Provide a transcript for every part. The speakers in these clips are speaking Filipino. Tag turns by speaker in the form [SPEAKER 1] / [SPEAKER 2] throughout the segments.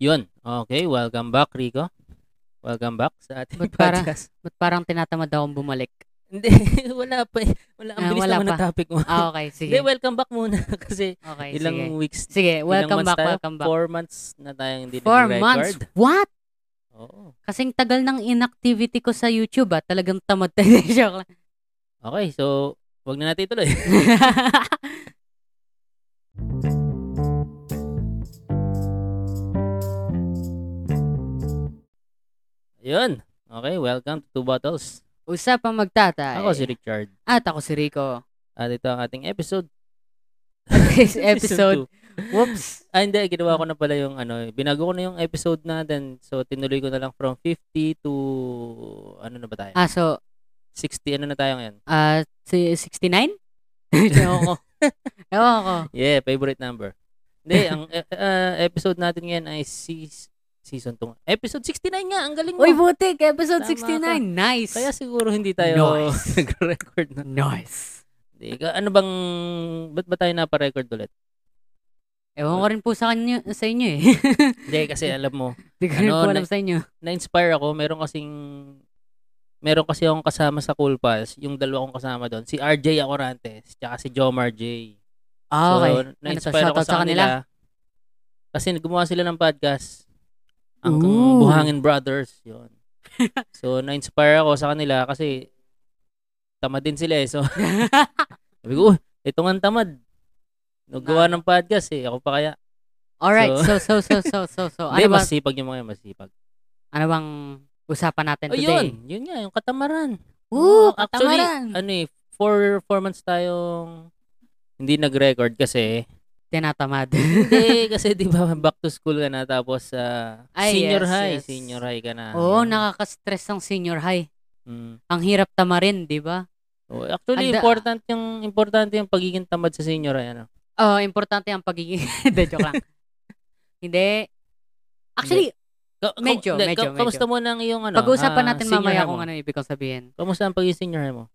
[SPEAKER 1] Yun. Okay, welcome back, Rico. Welcome back sa ating
[SPEAKER 2] Ba't para-
[SPEAKER 1] podcast.
[SPEAKER 2] Ba't parang tinatamad akong bumalik?
[SPEAKER 1] Hindi, wala pa eh. Wala, ang
[SPEAKER 2] Ah,
[SPEAKER 1] bilis
[SPEAKER 2] wala
[SPEAKER 1] naman
[SPEAKER 2] pa.
[SPEAKER 1] ng topic mo.
[SPEAKER 2] Ah, okay. Sige.
[SPEAKER 1] Hindi, welcome back muna kasi
[SPEAKER 2] Okay,
[SPEAKER 1] ilang
[SPEAKER 2] sige.
[SPEAKER 1] weeks,
[SPEAKER 2] Sige, welcome
[SPEAKER 1] months
[SPEAKER 2] back,
[SPEAKER 1] tayo?
[SPEAKER 2] welcome back.
[SPEAKER 1] four months na tayong hindi
[SPEAKER 2] Four
[SPEAKER 1] nag-record.
[SPEAKER 2] months? What?
[SPEAKER 1] Oo.
[SPEAKER 2] Kasing tagal ng inactivity ko sa YouTube ah. Talagang tamad tayo. Joke lang.
[SPEAKER 1] Okay, so wag na natin ituloy. Yun. Okay, welcome to Two Bottles.
[SPEAKER 2] Usapang magtatay.
[SPEAKER 1] Ako si Richard.
[SPEAKER 2] At ako si Rico.
[SPEAKER 1] At ito ang ating episode.
[SPEAKER 2] This
[SPEAKER 1] two.
[SPEAKER 2] episode. Whoops.
[SPEAKER 1] Ah, hindi. Ginawa ko na pala yung ano. Binago ko na yung episode natin. So, tinuloy ko na lang from 50 to ano na ba tayo?
[SPEAKER 2] Ah, so,
[SPEAKER 1] 60. Ano na tayo ngayon?
[SPEAKER 2] ah, si 69? Ewan ko. Ewan ko.
[SPEAKER 1] Yeah, favorite number. Hindi, ang eh, ah, episode natin ngayon ay seas- season 2. Episode 69 nga. Ang galing mo.
[SPEAKER 2] Uy, butik! Episode
[SPEAKER 1] Tama
[SPEAKER 2] 69. Nice.
[SPEAKER 1] Kaya siguro hindi tayo
[SPEAKER 2] Nice.
[SPEAKER 1] nag-record na.
[SPEAKER 2] Nice.
[SPEAKER 1] Hindi, ka- ano bang, ba't ba tayo napa-record ulit?
[SPEAKER 2] Ewan ko rin po sa, kanyo, sa inyo eh.
[SPEAKER 1] Hindi, kasi alam mo,
[SPEAKER 2] Hindi ko rin
[SPEAKER 1] Ano,
[SPEAKER 2] po alam
[SPEAKER 1] na-
[SPEAKER 2] sa inyo.
[SPEAKER 1] na-inspire ako. Meron kasing, meron kasi akong kasama sa Cool Pals, yung dalawa kong kasama doon, si RJ Acorantes, tsaka si Jomar J.
[SPEAKER 2] Ah, okay.
[SPEAKER 1] So, na-inspire
[SPEAKER 2] shoutout
[SPEAKER 1] ako
[SPEAKER 2] sa
[SPEAKER 1] sa
[SPEAKER 2] kanila?
[SPEAKER 1] kanila. Kasi gumawa sila ng podcast. Ang
[SPEAKER 2] Ooh.
[SPEAKER 1] Buhangin Brothers. yon so, na-inspire ako sa kanila kasi tamad din sila eh. So, sabi ko, "Uy, ito nga ang tamad. Naggawa ng podcast eh. Ako pa kaya.
[SPEAKER 2] Alright,
[SPEAKER 1] So-
[SPEAKER 2] so, so, so, so, so, so, ano,
[SPEAKER 1] Hindi,
[SPEAKER 2] ba,
[SPEAKER 1] masipag yung mga yun, masipag.
[SPEAKER 2] ano bang usapan natin
[SPEAKER 1] Oh,
[SPEAKER 2] today?
[SPEAKER 1] yun. Yun nga, yung katamaran. Oh,
[SPEAKER 2] Woo,
[SPEAKER 1] actually,
[SPEAKER 2] katamaran.
[SPEAKER 1] Ano eh, four, four months tayong hindi nag-record kasi.
[SPEAKER 2] Tinatamad.
[SPEAKER 1] Hindi, kasi di ba back to school ka na tapos ah,
[SPEAKER 2] Ay,
[SPEAKER 1] senior
[SPEAKER 2] yes,
[SPEAKER 1] high.
[SPEAKER 2] yes.
[SPEAKER 1] Senior high ka na.
[SPEAKER 2] Oo,
[SPEAKER 1] Yun.
[SPEAKER 2] nakaka-stress ang senior high.
[SPEAKER 1] Mm.
[SPEAKER 2] Ang hirap tamarin, di ba?
[SPEAKER 1] Oh, actually,
[SPEAKER 2] Anda-
[SPEAKER 1] important yung importante yung pagiging tamad sa senior high. Ano?
[SPEAKER 2] Oh, importante ang pagiging... De, joke lang. Hindi. Actually,
[SPEAKER 1] Ka- ka-
[SPEAKER 2] Medyo,
[SPEAKER 1] hindi,
[SPEAKER 2] medyo,
[SPEAKER 1] ka- Kamusta mo ng iyong ano?
[SPEAKER 2] pag-uusapan
[SPEAKER 1] ah,
[SPEAKER 2] natin
[SPEAKER 1] senior
[SPEAKER 2] mamaya
[SPEAKER 1] high
[SPEAKER 2] kung
[SPEAKER 1] mo?
[SPEAKER 2] ano ibig kong sabihin.
[SPEAKER 1] Kamusta ang pagiging senior high mo?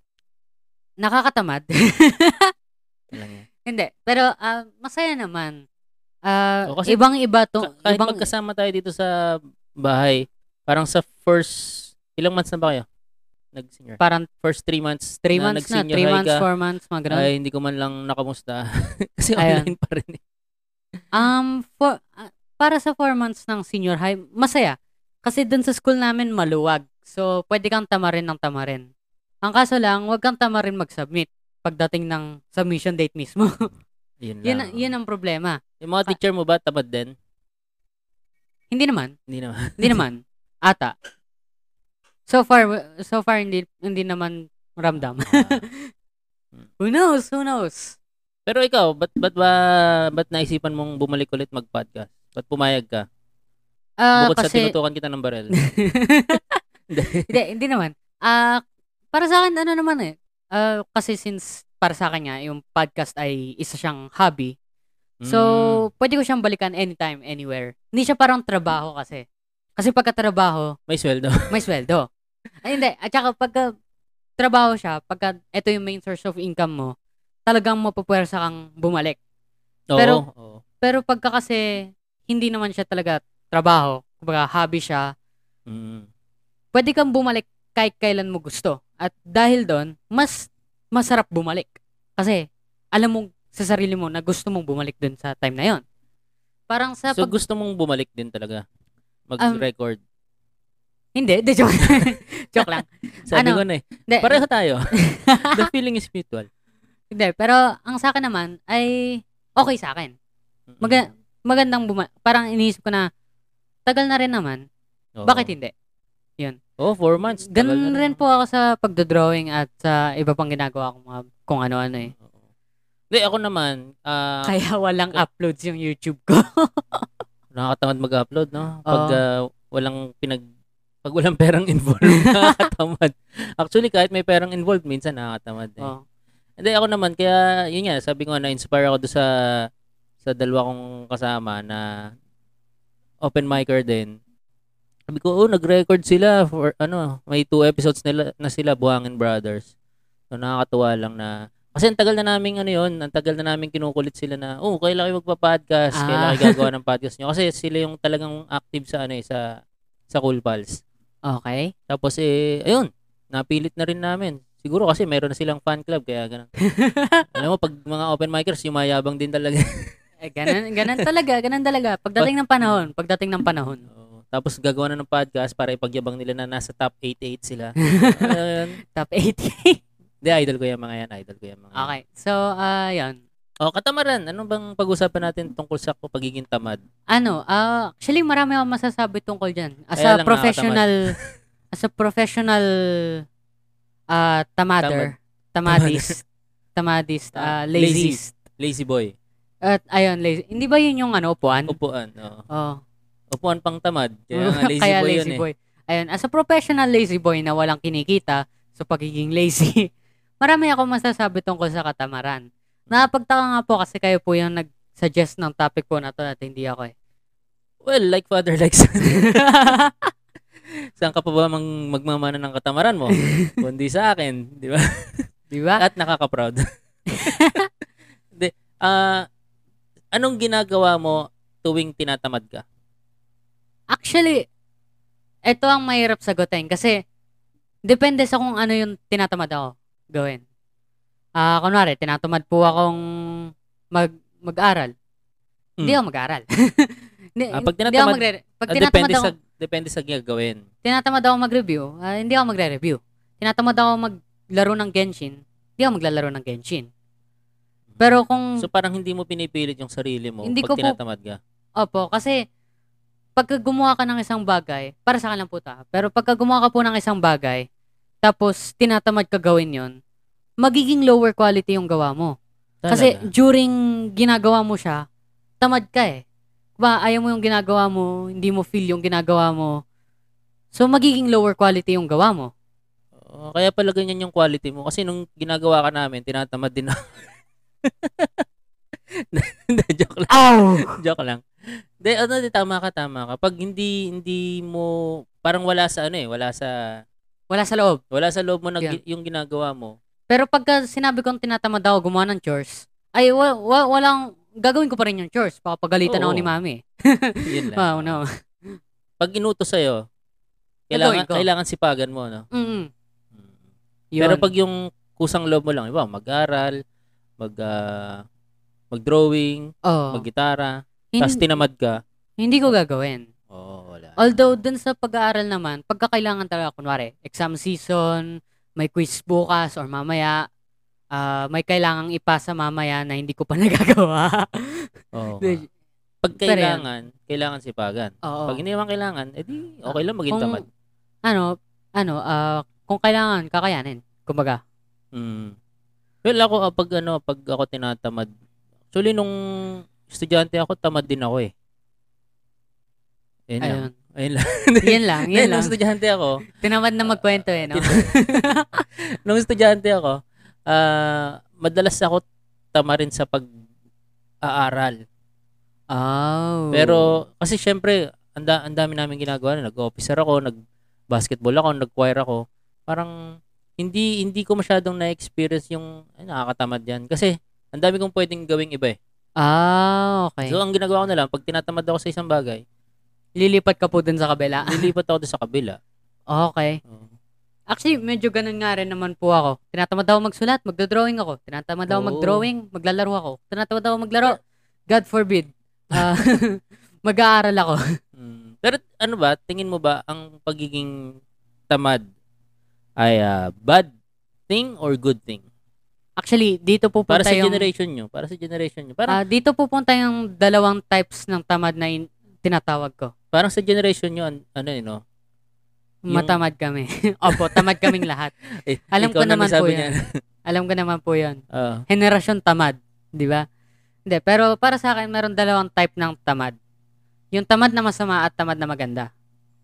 [SPEAKER 2] Nakakatamad.
[SPEAKER 1] Alam niya.
[SPEAKER 2] Hindi. Pero ah, masaya naman. Ah,
[SPEAKER 1] Oh, kasi-
[SPEAKER 2] ibang-iba to.
[SPEAKER 1] Ka- kahit
[SPEAKER 2] ibang,
[SPEAKER 1] magkasama tayo dito sa bahay, parang sa first, ilang months na ba kayo? Nag-senior.
[SPEAKER 2] parang
[SPEAKER 1] First three months
[SPEAKER 2] 3
[SPEAKER 1] na
[SPEAKER 2] months na.
[SPEAKER 1] nag-senior
[SPEAKER 2] 3
[SPEAKER 1] high
[SPEAKER 2] months,
[SPEAKER 1] ka,
[SPEAKER 2] 4 months, mga ganun.
[SPEAKER 1] ay hindi ko man lang nakamusta. Kasi
[SPEAKER 2] Ayun.
[SPEAKER 1] online pa rin. eh.
[SPEAKER 2] Um, for, ah, para sa 4 months ng senior high, masaya. Kasi dun sa school namin maluwag. So, pwede kang tamarin ng tamarin. Ang kaso lang, huwag kang tamarin mag-submit pagdating ng submission date mismo.
[SPEAKER 1] Yun lang.
[SPEAKER 2] yun, ang- yun ang problema.
[SPEAKER 1] yung mga teacher mo ba, tamad din?
[SPEAKER 2] Hindi naman.
[SPEAKER 1] Hindi naman.
[SPEAKER 2] Hindi naman. Ata. So far, so far hindi, hindi naman ramdam.
[SPEAKER 1] Ah.
[SPEAKER 2] who knows? Who knows?
[SPEAKER 1] Pero ikaw, ba't, ba't ba, ba't naisipan mong bumalik ulit mag-podcast? Ba't pumayag ka?
[SPEAKER 2] Ah,
[SPEAKER 1] Bukod sa
[SPEAKER 2] kasi-
[SPEAKER 1] tinutukan kita ng barel.
[SPEAKER 2] hindi, hindi naman. Ah, para sa akin ano naman eh. Ah, kasi since para sa akin nga yung podcast ay isa siyang hobby.
[SPEAKER 1] Mm,
[SPEAKER 2] So, pwede ko siyang balikan anytime, anywhere. Hindi siya parang trabaho kasi. Kasi pagka trabaho,
[SPEAKER 1] Mm, may sweldo.
[SPEAKER 2] may sweldo. Ay, hindi. At saka pagka trabaho siya, pagka ito yung main source of income mo, talagang mapupuwersa kang bumalik.
[SPEAKER 1] Pero,
[SPEAKER 2] Pero- Pero pagka kasi hindi naman siya talaga trabaho, kumbaga hobby siya,
[SPEAKER 1] Mm.
[SPEAKER 2] pwede kang bumalik kahit kailan mo gusto. At dahil doon, mas masarap bumalik. Kasi alam mo sa sarili mo na gusto mong bumalik doon sa time na yon. Parang sa
[SPEAKER 1] so,
[SPEAKER 2] pag...
[SPEAKER 1] gusto mong bumalik din talaga? Mag-record?
[SPEAKER 2] Hindi, di, joke. joke lang.
[SPEAKER 1] Sabi ko
[SPEAKER 2] ano?
[SPEAKER 1] na eh.
[SPEAKER 2] Hindi,
[SPEAKER 1] Pareho tayo. The feeling is mutual.
[SPEAKER 2] hindi, pero ang sa akin naman ay okay sa akin.
[SPEAKER 1] Mm-mm.
[SPEAKER 2] Maga- magandang bumalik. Parang iniisip ko na tagal na rin naman.
[SPEAKER 1] Oo.
[SPEAKER 2] Bakit hindi?
[SPEAKER 1] Oh, four months. Tagal
[SPEAKER 2] Ganun
[SPEAKER 1] na
[SPEAKER 2] rin
[SPEAKER 1] naman.
[SPEAKER 2] po ako sa pagdodrawing at sa iba pang ginagawa kong mga- kung ano-ano eh.
[SPEAKER 1] Oo. Hindi, ako naman, ah,
[SPEAKER 2] Kaya walang uploads yung YouTube ko.
[SPEAKER 1] nakakatamad mag-upload, no? Pag
[SPEAKER 2] Oo.
[SPEAKER 1] ah, walang pinag... Pag walang perang involved, nakakatamad. Actually, kahit may perang involved, minsan nakakatamad. Eh.
[SPEAKER 2] Oo.
[SPEAKER 1] Hindi, ako naman. Kaya, yun nga, sabi ko nga, na-inspire ako doon sa, sa dalawa kong kasama na open micer din. Sabi ko, oh, nag-record sila for, ano, may two episodes nila, na sila, Buhangin Brothers. So, nakakatuwa lang na Kasi ang tagal na namin ano yun, ang tagal na namin kinukulit sila na, oh, kailan kayo magpa-podcast,
[SPEAKER 2] Ah.
[SPEAKER 1] kailan kayo gagawa ng podcast nyo. Kasi sila yung talagang active sa ano eh, sa, sa Cool Pals.
[SPEAKER 2] Okay.
[SPEAKER 1] Tapos eh, ayun, napilit na rin namin. Siguro kasi meron na silang fan club, kaya ganun. Alam mo, pag mga open micers, yumayabang din talaga.
[SPEAKER 2] Eh, ganun, ganun talaga, ganun talaga. Pagdating ng panahon, pagdating ng panahon.
[SPEAKER 1] Oo. Tapos gagawa na ng podcast para ipagyabang nila na nasa top 88 sila. Alam mo yun?
[SPEAKER 2] Top 80.
[SPEAKER 1] Hindi, idol ko yung mga yan. Idol ko yung mga yan.
[SPEAKER 2] okay. So, ah, yun.
[SPEAKER 1] O, katamaran. Ano bang pag-usapan natin tungkol sa ako pagiging tamad?
[SPEAKER 2] Ano, ah, actually marami akong masasabi tungkol dyan. As
[SPEAKER 1] Kaya
[SPEAKER 2] a
[SPEAKER 1] lang
[SPEAKER 2] professional, as a professional ah, tamader, tamadist, tamadist,
[SPEAKER 1] Ah,
[SPEAKER 2] ah,
[SPEAKER 1] lazy.
[SPEAKER 2] lazyist.
[SPEAKER 1] Lazy boy.
[SPEAKER 2] At ayun, lazy. Hindi ba yun yung ano, upuan?
[SPEAKER 1] Upuan. oo.
[SPEAKER 2] Oh.
[SPEAKER 1] Upuan pang tamad. Kaya nga lazy boy yun eh.
[SPEAKER 2] Ayun, as a professional lazy boy na walang kinikita sa pagiging lazy, marami akong masasabi tungkol sa katamaran. Nakapagtaka nga po kasi kayo po yung nag-suggest ng topic po na to at hindi ako eh.
[SPEAKER 1] Well, like father, like son. Saan ka pa ba mang magmamana ng katamaran mo? Kundi sa akin, di ba?
[SPEAKER 2] Di ba?
[SPEAKER 1] At nakaka-proud. Hindi. Ah, anong ginagawa mo tuwing tinatamad ka?
[SPEAKER 2] Actually, ito ang mahirap sagutin kasi depende sa kung ano yung tinatamad ako gawin. Ah, kunwari, tinatamad po akong mag mag-aral. Hindi
[SPEAKER 1] Mm.
[SPEAKER 2] ako mag-aral. Eh, Hindi,
[SPEAKER 1] Ah, pag
[SPEAKER 2] hindi ako
[SPEAKER 1] tinatamad,
[SPEAKER 2] magre- pag
[SPEAKER 1] ah,
[SPEAKER 2] tinatamad
[SPEAKER 1] depende,
[SPEAKER 2] ako,
[SPEAKER 1] sa, depende sa gagawin.
[SPEAKER 2] tinatamad ako mag-review, ah, hindi ako magre-review. Tinatamad ako maglaro ng Genshin, hindi ako maglalaro ng Genshin. Pero kung
[SPEAKER 1] Hmm. So parang hindi mo pinipilit yung sarili mo
[SPEAKER 2] Hindi
[SPEAKER 1] pag
[SPEAKER 2] ko po-
[SPEAKER 1] tinatamad ka.
[SPEAKER 2] Opo, kasi pagka gumawa ka ng isang bagay, para sa akin lang po ta, pero pagka gumawa ka po ng isang bagay, tapos tinatamad ka gawin yon magiging lower quality yung gawa mo. Kasi
[SPEAKER 1] Talaga.
[SPEAKER 2] during ginagawa mo siya, tamad ka eh. Ba, ayaw mo yung ginagawa mo, hindi mo feel yung ginagawa mo. So, magiging lower quality yung gawa mo.
[SPEAKER 1] Oo, Oh, kaya pala ganyan yung quality mo. Kasi nung ginagawa ka namin, tinatamad din ako. Hindi, joke lang.
[SPEAKER 2] Ow!
[SPEAKER 1] Joke lang. Hindi, ano, di, tama ka, tama ka. Pag hindi, hindi mo, parang wala sa ano eh, wala sa,
[SPEAKER 2] Wala sa loob.
[SPEAKER 1] wala sa loob mo na gi- yung ginagawa mo.
[SPEAKER 2] Pero pagka sinabi kong tinatamad ako gumawa ng chores, ay wa- wa- walang, gagawin ko pa rin yung chores. Baka pagalitan ako
[SPEAKER 1] Oo.
[SPEAKER 2] ni mami.
[SPEAKER 1] Yun lang.
[SPEAKER 2] Wow, no.
[SPEAKER 1] Pag inutos sa'yo,
[SPEAKER 2] Gagawin
[SPEAKER 1] kailangan,
[SPEAKER 2] ko.
[SPEAKER 1] kailangan sipagan mo, no? Mm.
[SPEAKER 2] Mm. Yun.
[SPEAKER 1] Pero pag yung kusang loob mo lang, iba, mag-aral, mag, ah, mag-drawing,
[SPEAKER 2] Oo.
[SPEAKER 1] mag-gitara, tapos
[SPEAKER 2] hindi,
[SPEAKER 1] tinamad ka,
[SPEAKER 2] hindi ko gagawin.
[SPEAKER 1] oo, wala.
[SPEAKER 2] Although dun sa pag-aaral naman, pagkakailangan talaga kunwari, exam season, may quiz bukas or mamaya, ah, may kailangang ipasa mamaya na hindi ko pa nagagawa.
[SPEAKER 1] Oo nga.
[SPEAKER 2] Di-
[SPEAKER 1] Pag
[SPEAKER 2] Pero yan.
[SPEAKER 1] kailangan, kailangan sipagan.
[SPEAKER 2] Oo.
[SPEAKER 1] Pag hindi naman kailangan, edi okay lang maging
[SPEAKER 2] Oh. Ah. Kung-
[SPEAKER 1] tamad.
[SPEAKER 2] ano, ano, ah, kung kailangan, kakayanin. Kumbaga.
[SPEAKER 1] Mm. Well, ako ah, pag ano, pag ako tinatamad. Actually nung estudyante ako, tamad din ako eh. Ayun lang.
[SPEAKER 2] Ayun.
[SPEAKER 1] Ayun lang.
[SPEAKER 2] yan lang, yan
[SPEAKER 1] Ayun,
[SPEAKER 2] lang.
[SPEAKER 1] nung estudyante ako,
[SPEAKER 2] Tinamad na magkwento eh, no?
[SPEAKER 1] nung estudyante ako, ah, madalas ako tama rin sa pag aaral.
[SPEAKER 2] Oh.
[SPEAKER 1] Pero kasi syempre, ang da- ang dami namin ginagawa. Nag-officer ako, nag-basketball ako, nag-choir ako. Parang hindi hindi ko masyadong na-experience yung ay, nakakatamad yan. Kasi ang dami kong pwedeng gawing iba eh.
[SPEAKER 2] Ah, okay.
[SPEAKER 1] So ang ginagawa ko na lang, pag tinatamad ako sa isang bagay,
[SPEAKER 2] Lilipat ka po dun sa kabila.
[SPEAKER 1] nilipat ako doon sa kabila.
[SPEAKER 2] Okay.
[SPEAKER 1] Oo.
[SPEAKER 2] Actually, medyo ganun nga rin naman po ako. Tinatamad daw magsulat, magdodrawing ako. Tinatamad daw
[SPEAKER 1] Oo.
[SPEAKER 2] magdrawing, maglalaro ako. Tinatamad daw maglaro. God forbid. Ah, mag-aaral ako.
[SPEAKER 1] Mm. Pero ano ba, tingin mo ba ang pagiging tamad ay ah, bad thing or good thing?
[SPEAKER 2] Actually, dito pupunta
[SPEAKER 1] Para sa
[SPEAKER 2] yung
[SPEAKER 1] generation nyo. Para sa generation nyo. Parang,
[SPEAKER 2] Ah, dito pupunta yung dalawang types ng tamad na in- tinatawag ko.
[SPEAKER 1] parang sa generation nyo, an- ano eh, no? Yung-
[SPEAKER 2] Matamad kami. Opo, tamad kaming lahat.
[SPEAKER 1] Eh,
[SPEAKER 2] Alam ko
[SPEAKER 1] ikaw na
[SPEAKER 2] naman po
[SPEAKER 1] nagsabi
[SPEAKER 2] yan.
[SPEAKER 1] niyan. Ah,
[SPEAKER 2] Alam ko naman po 'yon.
[SPEAKER 1] Oo.
[SPEAKER 2] Henerasyon tamad, 'di ba? Hindi, pero para sa akin meron dalawang type ng tamad. Yung tamad na masama at tamad na maganda.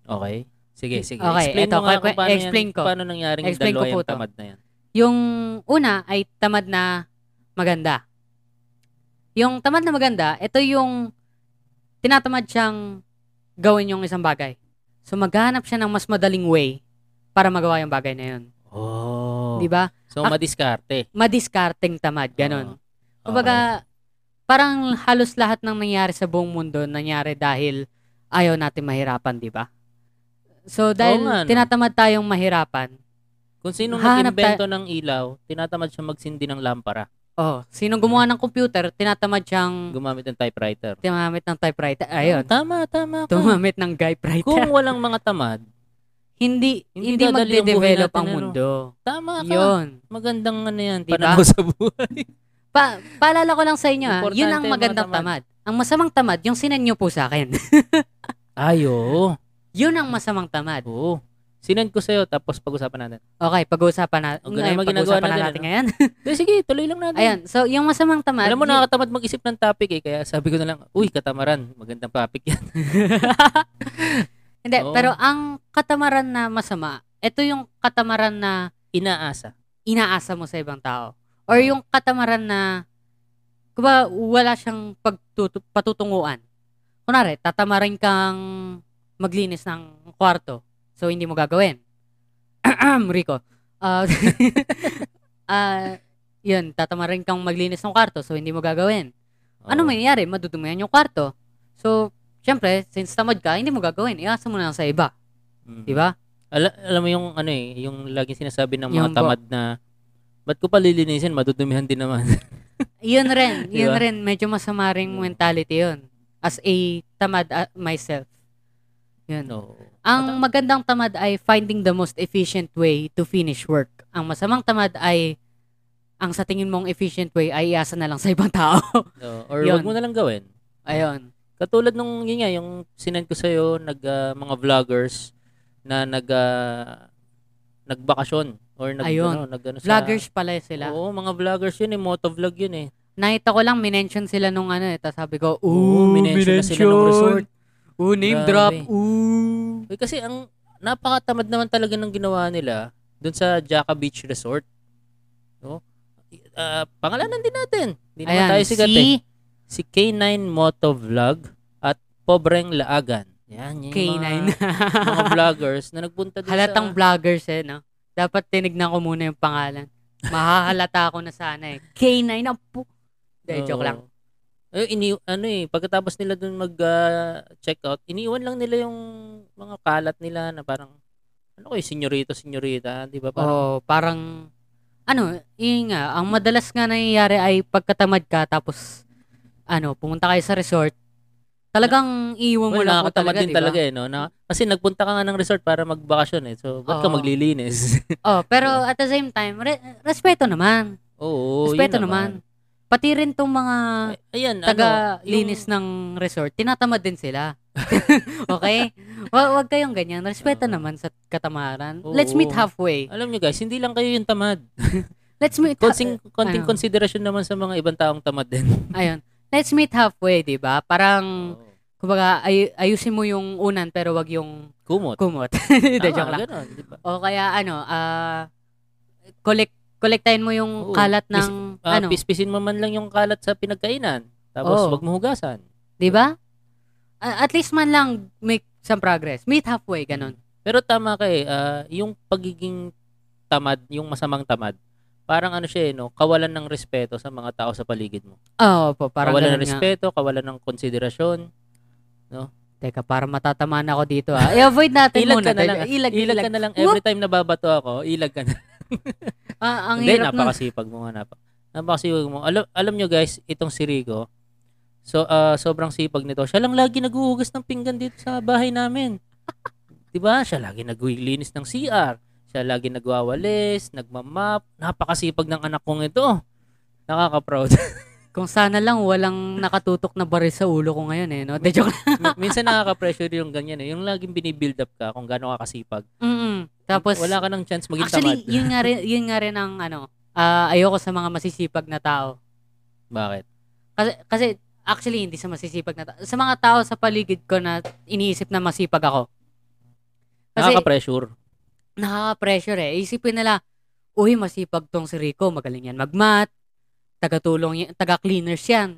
[SPEAKER 1] Okay. Sige, sige.
[SPEAKER 2] Okay,
[SPEAKER 1] explain
[SPEAKER 2] eto,
[SPEAKER 1] mo nga
[SPEAKER 2] kwe-
[SPEAKER 1] kung paano,
[SPEAKER 2] explain
[SPEAKER 1] yan,
[SPEAKER 2] ko.
[SPEAKER 1] paano nangyaring
[SPEAKER 2] Explain ko
[SPEAKER 1] dalawa
[SPEAKER 2] po
[SPEAKER 1] yung
[SPEAKER 2] to.
[SPEAKER 1] tamad na yan.
[SPEAKER 2] Yung una ay tamad na maganda. Yung tamad na maganda, ito yung tinatamad siyang gawin yung isang bagay. So maghanap siya ng mas madaling way para magawa yung bagay na yun.
[SPEAKER 1] Oh.
[SPEAKER 2] 'di ba?
[SPEAKER 1] So,
[SPEAKER 2] Ac-
[SPEAKER 1] madiskarte.
[SPEAKER 2] Madiskarteng tamad, ganun.
[SPEAKER 1] Oo.
[SPEAKER 2] Kumbaga parang halos lahat ng nangyari sa buong mundo nangyari dahil ayaw natin mahirapan, 'di ba? So dahil
[SPEAKER 1] Oo nga, no.
[SPEAKER 2] tinatamad tayong mahirapan,
[SPEAKER 1] Kung sino
[SPEAKER 2] Hahanap
[SPEAKER 1] nag-invento ng ilaw, tinatamad siya magsindi ng lampara.
[SPEAKER 2] oh, sinong
[SPEAKER 1] Mm.
[SPEAKER 2] gumawa ng computer, tinatamad siyang
[SPEAKER 1] Gumamit ng typewriter.
[SPEAKER 2] tumamit ng typewriter. Hmm. Ayun,
[SPEAKER 1] Tama, tama. ka.
[SPEAKER 2] tumamit
[SPEAKER 1] Oh.
[SPEAKER 2] ng
[SPEAKER 1] Kung
[SPEAKER 2] typewriter.
[SPEAKER 1] walang mga tamad,
[SPEAKER 2] Hindi
[SPEAKER 1] Hindi
[SPEAKER 2] hindi
[SPEAKER 1] dadali ang buhay
[SPEAKER 2] magde-develop
[SPEAKER 1] natin,
[SPEAKER 2] ang
[SPEAKER 1] ano.
[SPEAKER 2] mundo.
[SPEAKER 1] tama ka.
[SPEAKER 2] 'Yun.
[SPEAKER 1] Magandang ano yan,
[SPEAKER 2] Diba?
[SPEAKER 1] pananaw sa buhay.
[SPEAKER 2] Pa, paalala ko lang sa inyo, ah, yun ang
[SPEAKER 1] Importante yung
[SPEAKER 2] magandang
[SPEAKER 1] mga tamad.
[SPEAKER 2] tamad. Ang masamang tamad, yung sinenyo po sa akin.
[SPEAKER 1] Ay, oo.
[SPEAKER 2] yun ang masamang tamad.
[SPEAKER 1] Ah, Oo. Sinend ko sa'yo, tapos pag-usapan natin.
[SPEAKER 2] Okay, pag-uusapan na,
[SPEAKER 1] O, Oh, ganun
[SPEAKER 2] ay,
[SPEAKER 1] yung ginagawa
[SPEAKER 2] pag-uusapan na
[SPEAKER 1] natin,
[SPEAKER 2] natin
[SPEAKER 1] ano?
[SPEAKER 2] ngayon.
[SPEAKER 1] Eh, sige, tuloy lang natin.
[SPEAKER 2] Ayan, so yung masamang tamad.
[SPEAKER 1] Alam mo,
[SPEAKER 2] yun-
[SPEAKER 1] nakakatamad mag-isip ng topic eh. Kaya sabi ko na lang, uy, katamaran. Magandang topic yan.
[SPEAKER 2] Hindi,
[SPEAKER 1] Oo.
[SPEAKER 2] pero ang katamaran na masama, ito yung katamaran na
[SPEAKER 1] Inaasa.
[SPEAKER 2] inaasa mo sa ibang tao. Or
[SPEAKER 1] Mm.
[SPEAKER 2] yung katamaran na, kumbaga, wala siyang pagtutu- patutunguan. Kunwari, tatamarin kang maglinis ng kwarto. So, hindi mo gagawin. Rico. Ah, ah, yun, tatamarin kang maglinis ng kwarto. So, hindi mo gagawin. Ano
[SPEAKER 1] Oo.
[SPEAKER 2] mangyayari? Madudumihan yung kwarto. So, syempre, since tamad ka, hindi mo gagawin. Iasa mo na lang sa iba.
[SPEAKER 1] Mm.
[SPEAKER 2] Di ba?
[SPEAKER 1] Ala- alam mo yung ano eh, yung laging sinasabi ng mga
[SPEAKER 2] Yung ba-
[SPEAKER 1] tamad na, ba't ko pa lilinisin? Madudumihan din naman.
[SPEAKER 2] Yun rin.
[SPEAKER 1] Di
[SPEAKER 2] Yun
[SPEAKER 1] ba?
[SPEAKER 2] rin. Medyo masama ring
[SPEAKER 1] Mm.
[SPEAKER 2] mentality yun. As a tamad uh, myself. Yun.
[SPEAKER 1] no.
[SPEAKER 2] Ang magandang tamad ay finding the most efficient way to finish work. Ang masamang tamad ay ang sa tingin mong efficient way ay iasa na lang sa ibang tao.
[SPEAKER 1] No. Or
[SPEAKER 2] Yun.
[SPEAKER 1] wag mo na lang gawin.
[SPEAKER 2] Ayun.
[SPEAKER 1] Katulad nung yun nga, yung sinend ko sa'yo, nag, ah, mga vloggers na nag, ah, nagbakasyon or nag,
[SPEAKER 2] Ayun.
[SPEAKER 1] ano, nag, ano, sa-
[SPEAKER 2] Vloggers pala sila.
[SPEAKER 1] Oo, mga vloggers yun eh. Motovlog yun eh.
[SPEAKER 2] Nakita ko lang, minention sila nung ano eh. Tapos sabi ko,
[SPEAKER 1] Oo,
[SPEAKER 2] ooh,
[SPEAKER 1] minention na sila nung resort.
[SPEAKER 2] Ooh, name
[SPEAKER 1] Grabe.
[SPEAKER 2] drop. Ooh.
[SPEAKER 1] Eh, kasi ang napakatamad naman talaga ng ginawa nila doon sa Jaca Beach Resort. No? Ah, pangalanan din natin. Hindi naman
[SPEAKER 2] Ayan,
[SPEAKER 1] tayo sikat eh.
[SPEAKER 2] si
[SPEAKER 1] si K9 Motovlog at Pobreng Laagan. Yan, yun yung
[SPEAKER 2] K9.
[SPEAKER 1] Mga, mga vloggers ah. na nagpunta dun
[SPEAKER 2] Halatang
[SPEAKER 1] sa...
[SPEAKER 2] vloggers eh, no? Dapat tinignan ko muna yung pangalan. Mahahalata ako na sana eh. K9 ang po. Dahil joke lang.
[SPEAKER 1] Eh, ini ano eh, pagkatapos nila dun mag-check out, iniwan lang nila yung mga kalat nila na parang, ano ko eh, senyorito, senyorita, di ba? Parang,
[SPEAKER 2] Oo, Oh, parang, ano, yun nga, ang madalas nga nangyayari ay pagkatamad ka, tapos, ano, pumunta kayo sa resort, talagang iiwan mo
[SPEAKER 1] well,
[SPEAKER 2] lang ako
[SPEAKER 1] nakakatamad
[SPEAKER 2] talaga,
[SPEAKER 1] din talaga eh, no? Na, kasi nagpunta ka nga ng resort para magbakasyon eh, so ba't ka
[SPEAKER 2] Oo.
[SPEAKER 1] maglilinis?
[SPEAKER 2] Oh, pero at the same time, re- respeto naman.
[SPEAKER 1] Oo,
[SPEAKER 2] respeto
[SPEAKER 1] yun
[SPEAKER 2] naman. Pati rin tong mga
[SPEAKER 1] Ay- Ayan, ano,
[SPEAKER 2] taga-linis ng resort, tinatamad din sila. okay? Wa- wag kayong ganyan. Respeto
[SPEAKER 1] Oo.
[SPEAKER 2] naman sa katamaran.
[SPEAKER 1] Oo.
[SPEAKER 2] Let's meet halfway.
[SPEAKER 1] alam nyo guys, hindi lang kayo yung tamad.
[SPEAKER 2] Let's meet ha-
[SPEAKER 1] Konting, konting
[SPEAKER 2] ano?
[SPEAKER 1] consideration naman sa mga ibang taong tamad din.
[SPEAKER 2] Ayun. Let's meet halfway, 'di ba? Parang
[SPEAKER 1] Oo.
[SPEAKER 2] kumbaga ay- ayusin mo yung unan pero wag yung
[SPEAKER 1] Kumot.
[SPEAKER 2] kumot.
[SPEAKER 1] Tama,
[SPEAKER 2] Hindi joke lang.
[SPEAKER 1] ganun, di ba?
[SPEAKER 2] O kaya ano, ah collect kolektahin mo yung
[SPEAKER 1] Oo.
[SPEAKER 2] kalat
[SPEAKER 1] Mis-
[SPEAKER 2] ng
[SPEAKER 1] Ah,
[SPEAKER 2] ano, Oh.
[SPEAKER 1] Pispisin mo man lang yung kalat sa pinagkainan. Tapos
[SPEAKER 2] Oo.
[SPEAKER 1] wag mo hugasan.
[SPEAKER 2] 'di ba? A- at least man lang make some progress. Meet halfway ganun.
[SPEAKER 1] Pero tama ka eh, ah, yung pagiging tamad, yung masamang tamad, parang ano siya eh, no? kawalan ng respeto sa mga tao sa paligid mo.
[SPEAKER 2] Oo po, Ah, parang
[SPEAKER 1] kawalan ng
[SPEAKER 2] ganun nga.
[SPEAKER 1] respeto, kawalan ng konsiderasyon.
[SPEAKER 2] Teka, para matatamaan ako dito ah. I-avoid natin
[SPEAKER 1] Ilag
[SPEAKER 2] muna.
[SPEAKER 1] ka na lang.
[SPEAKER 2] Teka, Ilag,
[SPEAKER 1] Ilag
[SPEAKER 2] ilag.
[SPEAKER 1] ka na lang. Every time nababato ako, ilag ka na.
[SPEAKER 2] Ah, ang
[SPEAKER 1] Hindi,
[SPEAKER 2] hirap nun.
[SPEAKER 1] napakasipag mo nga. Napak- napakasipag mo. Alam, alam nyo guys, itong si Rico, so, ah, sobrang sipag nito. Siya lang lagi naguhugas ng pinggan dito sa bahay namin. 'Di ba? Siya lagi naglilinis ng CR. Siya lagi nagwawalis, nagmamap. Napakasipag ng anak kong ito. Nakaka-proud.
[SPEAKER 2] Kung sana lang walang nakatutok na baril sa ulo ko ngayon eh, no? De joke lang.
[SPEAKER 1] Min- Minsan nakaka-pressure yung ganyan eh. Yung laging binibuild up ka kung gaano ka kasipag.
[SPEAKER 2] Mm-mm. Tapos,
[SPEAKER 1] Wala ka ng chance maging
[SPEAKER 2] actually,
[SPEAKER 1] tamad.
[SPEAKER 2] yun nga, rin, yun nga rin ang ano, ah, ayoko sa mga masisipag na tao.
[SPEAKER 1] Bakit?
[SPEAKER 2] Kasi, kasi actually, hindi sa masisipag na tao. Sa mga tao sa paligid ko na iniisip na masipag ako. Kasi,
[SPEAKER 1] Nakaka-pressure.
[SPEAKER 2] nakaka-pressure eh. Isipin nila, uy, masipag tong si Rico, magaling yan magmat, taga-tulong, y- taga-cleaners yan.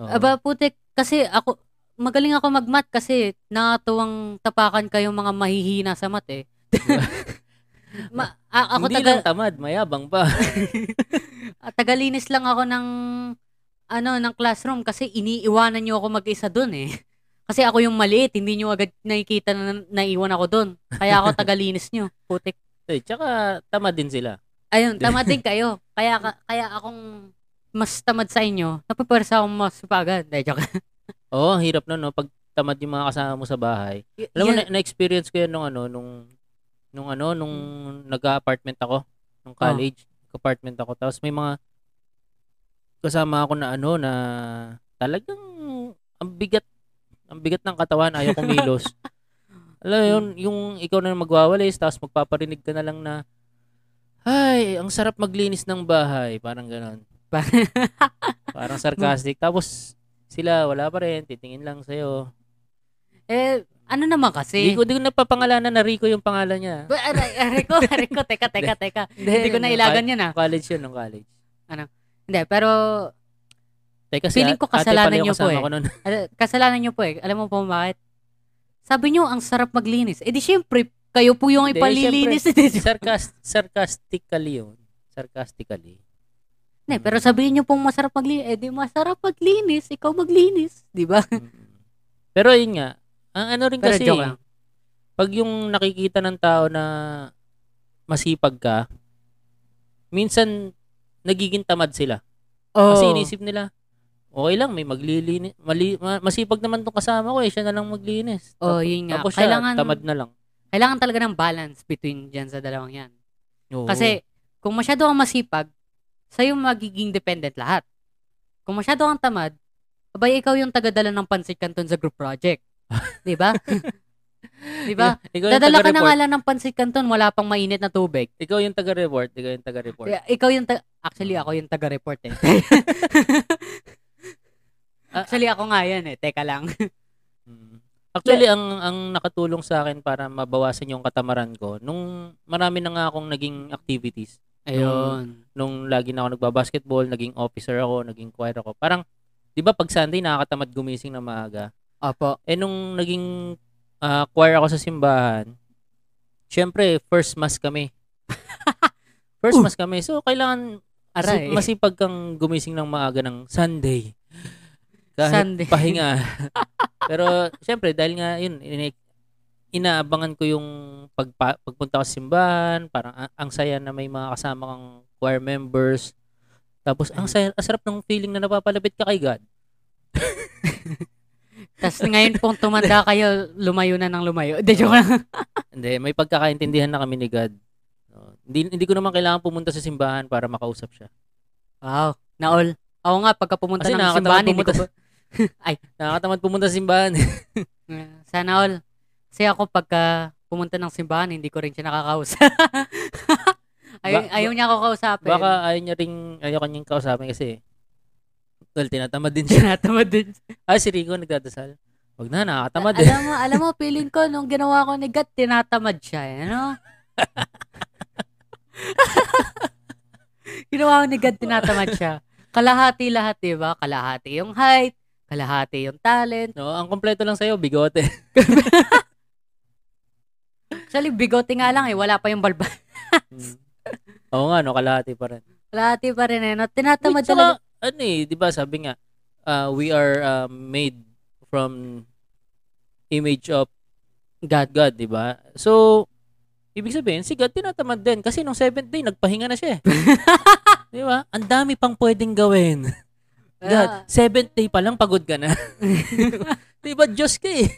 [SPEAKER 1] Oo.
[SPEAKER 2] Aba, putik, kasi ako, magaling ako magmat kasi nakatuwang tapakan kayong mga mahihina sa mat eh. Ma- a- ako
[SPEAKER 1] Hindi
[SPEAKER 2] taga,
[SPEAKER 1] lang tamad, mayabang pa.
[SPEAKER 2] ah, tagalinis lang ako ng ano ng classroom kasi iniiwanan niyo ako mag-isa doon eh. Kasi ako yung maliit, hindi niyo agad nakikita na naiwan ako doon. Kaya ako tagalinis niyo. Putik.
[SPEAKER 1] Eh, Tsaka tamad din sila.
[SPEAKER 2] Ayun, tamad din kayo. Kaya ka- kaya akong mas tamad sa inyo. Napapersa akong mas supagan. Dahil joke.
[SPEAKER 1] Oo, ang hirap nun, no? Pag tamad yung mga kasama mo sa bahay. Alam mo,
[SPEAKER 2] Yun-
[SPEAKER 1] na- na-experience ko yan nung ano, nung, nung ano, nung nag-apartment ako, nung college, apartment ako. Tapos may mga kasama ako na ano, na talagang ang bigat, ang bigat ng katawan, ayaw kumilos. Alam mo yun, yung ikaw na magwawalis, tapos magpaparinig ka na lang na, ay, ang sarap maglinis ng bahay. Parang ganon.
[SPEAKER 2] Parang-
[SPEAKER 1] Parang sarcastic. Tapos, sila, wala pa rin, titingin lang sa'yo.
[SPEAKER 2] eh, ano naman
[SPEAKER 1] Hindi
[SPEAKER 2] kasi?
[SPEAKER 1] ko, di ko napapangalanan na Rico yung pangalan niya.
[SPEAKER 2] Ba- aray, aray ko, aray ko. Teka, teka, teka. Hindi ko nailagan yan ah.
[SPEAKER 1] College yun, nung college.
[SPEAKER 2] Hindi, pero
[SPEAKER 1] Teka, si
[SPEAKER 2] Feeling ko
[SPEAKER 1] ate
[SPEAKER 2] kasalanan
[SPEAKER 1] pala yung
[SPEAKER 2] niyo po
[SPEAKER 1] kasama
[SPEAKER 2] eh.
[SPEAKER 1] ko nun.
[SPEAKER 2] Al- kasalanan nyo po eh. Alam mo po bakit? Sabi nyo, ang sarap maglinis. Eh di syempre, kayo po yung
[SPEAKER 1] Hindi,
[SPEAKER 2] ipalilinis.
[SPEAKER 1] Sarcast, sarcastically yun. Sarcastically.
[SPEAKER 2] Hindi, pero sabihin nyo pong masarap maglinis. Eh di masarap maglinis. Ikaw maglinis. Di ba?
[SPEAKER 1] Mm. Pero yun nga, ang ano rin
[SPEAKER 2] Pero
[SPEAKER 1] kasi,
[SPEAKER 2] joke lang.
[SPEAKER 1] pag yung nakikita ng tao na masipag ka, minsan nagiging tamad sila.
[SPEAKER 2] Oh.
[SPEAKER 1] Kasi inisip nila, okay lang, may maglilinis. Mali, ma- masipag naman tong kasama ko eh, siya na lang maglinis.
[SPEAKER 2] Oh, yun nga.
[SPEAKER 1] Tapos siya,
[SPEAKER 2] Kailangan-
[SPEAKER 1] tamad na lang.
[SPEAKER 2] Kailangan talaga ng balance between dyan sa dalawang yan.
[SPEAKER 1] Oo.
[SPEAKER 2] Kasi, kung masyado kang masipag, sa'yo magiging dependent lahat. Kung masyado kang tamad, abay ikaw yung tagadala ng pansit canton sa group project. Di ba? Di ba?
[SPEAKER 1] Ikaw yung
[SPEAKER 2] Dadala ka na nga
[SPEAKER 1] taga-report.
[SPEAKER 2] lang ng pansit canton, wala pang mainit na tubig.
[SPEAKER 1] Ikaw yung taga-report. Ikaw yung taga-report.
[SPEAKER 2] Kaya ikaw yung ta- actually ako yung taga-report eh. actually ako nga yan eh. Teka lang.
[SPEAKER 1] Mm. Actually, ang ang nakatulong sa akin para mabawasan yung katamaran ko, nung marami na nga akong naging activities, Ayun. nung lagi na ako nagba-basketball, naging officer ako, naging choir ako. Parang, di ba pag Sunday nakakatamad gumising na maaga?
[SPEAKER 2] Opo.
[SPEAKER 1] Eh, nung naging ah, choir ako sa simbahan, syempre, first mass kami. first
[SPEAKER 2] Uh.
[SPEAKER 1] mass kami. So, kailangan
[SPEAKER 2] Aray.
[SPEAKER 1] Masip- masipag kang gumising ng maaga ng Sunday. Kahit
[SPEAKER 2] Sunday.
[SPEAKER 1] pahinga. Pero syempre dahil nga yun ini- inaabangan ko yung pagpa- pagpunta ko sa simbahan, parang a- ang saya na may mga kasama kang choir members. Tapos
[SPEAKER 2] Mm.
[SPEAKER 1] ang saya, ang sarap ng feeling na napapalapit ka kay God.
[SPEAKER 2] Tapos ngayon pong tumanda kayo, lumayo na ng lumayo. Hindi, joke lang.
[SPEAKER 1] Hindi, may pagkakaintindihan na kami ni God. No, hindi hindi ko naman kailangan pumunta sa simbahan para makausap siya.
[SPEAKER 2] Wow. Naol. Ako nga, pagka pumunta
[SPEAKER 1] Kasi
[SPEAKER 2] ng
[SPEAKER 1] nakakatamad
[SPEAKER 2] simbahan, hindi ko
[SPEAKER 1] pumunta
[SPEAKER 2] pa... Ay,
[SPEAKER 1] Nakakatamad pumunta sa simbahan.
[SPEAKER 2] Mm. sana all. Kasi ako pagka pumunta ng simbahan, hindi ko rin siya nakakausap.
[SPEAKER 1] Ba-
[SPEAKER 2] ayaw,
[SPEAKER 1] ba-
[SPEAKER 2] ayaw niya ako kausapin.
[SPEAKER 1] Baka ayaw niya ring ayaw kanyang kausapin kasi well, tinatamad din siya.
[SPEAKER 2] tinatamad din
[SPEAKER 1] Ah, si Rico nagdadasal. Wag na, nakakatamad eh.
[SPEAKER 2] alam mo, alam mo, feeling ko nung ginawa ko ni God, tinatamad siya, eh, ano? ginawa ko ni God, tinatamad siya. Kalahati lahat, di ba? Kalahati yung height, kalahati yung talent.
[SPEAKER 1] No, ang kompleto lang sa'yo, bigote.
[SPEAKER 2] Actually, bigote nga lang eh, wala pa yung balba.
[SPEAKER 1] Mm. Oo nga, no, kalahati pa rin.
[SPEAKER 2] Kalahati pa rin eh, no? Tinatamad
[SPEAKER 1] Wait, saka,
[SPEAKER 2] talaga.
[SPEAKER 1] ano eh, di ba sabi nga, ah, we are ah, made from image of God, God, di ba? So, ibig sabihin, si God tinatamad din kasi nung seventh day, nagpahinga na siya eh. di ba? Ang dami pang pwedeng gawin.
[SPEAKER 2] Ah,
[SPEAKER 1] God, seventh day pa lang, pagod ka na. di ba, Diyos ka eh.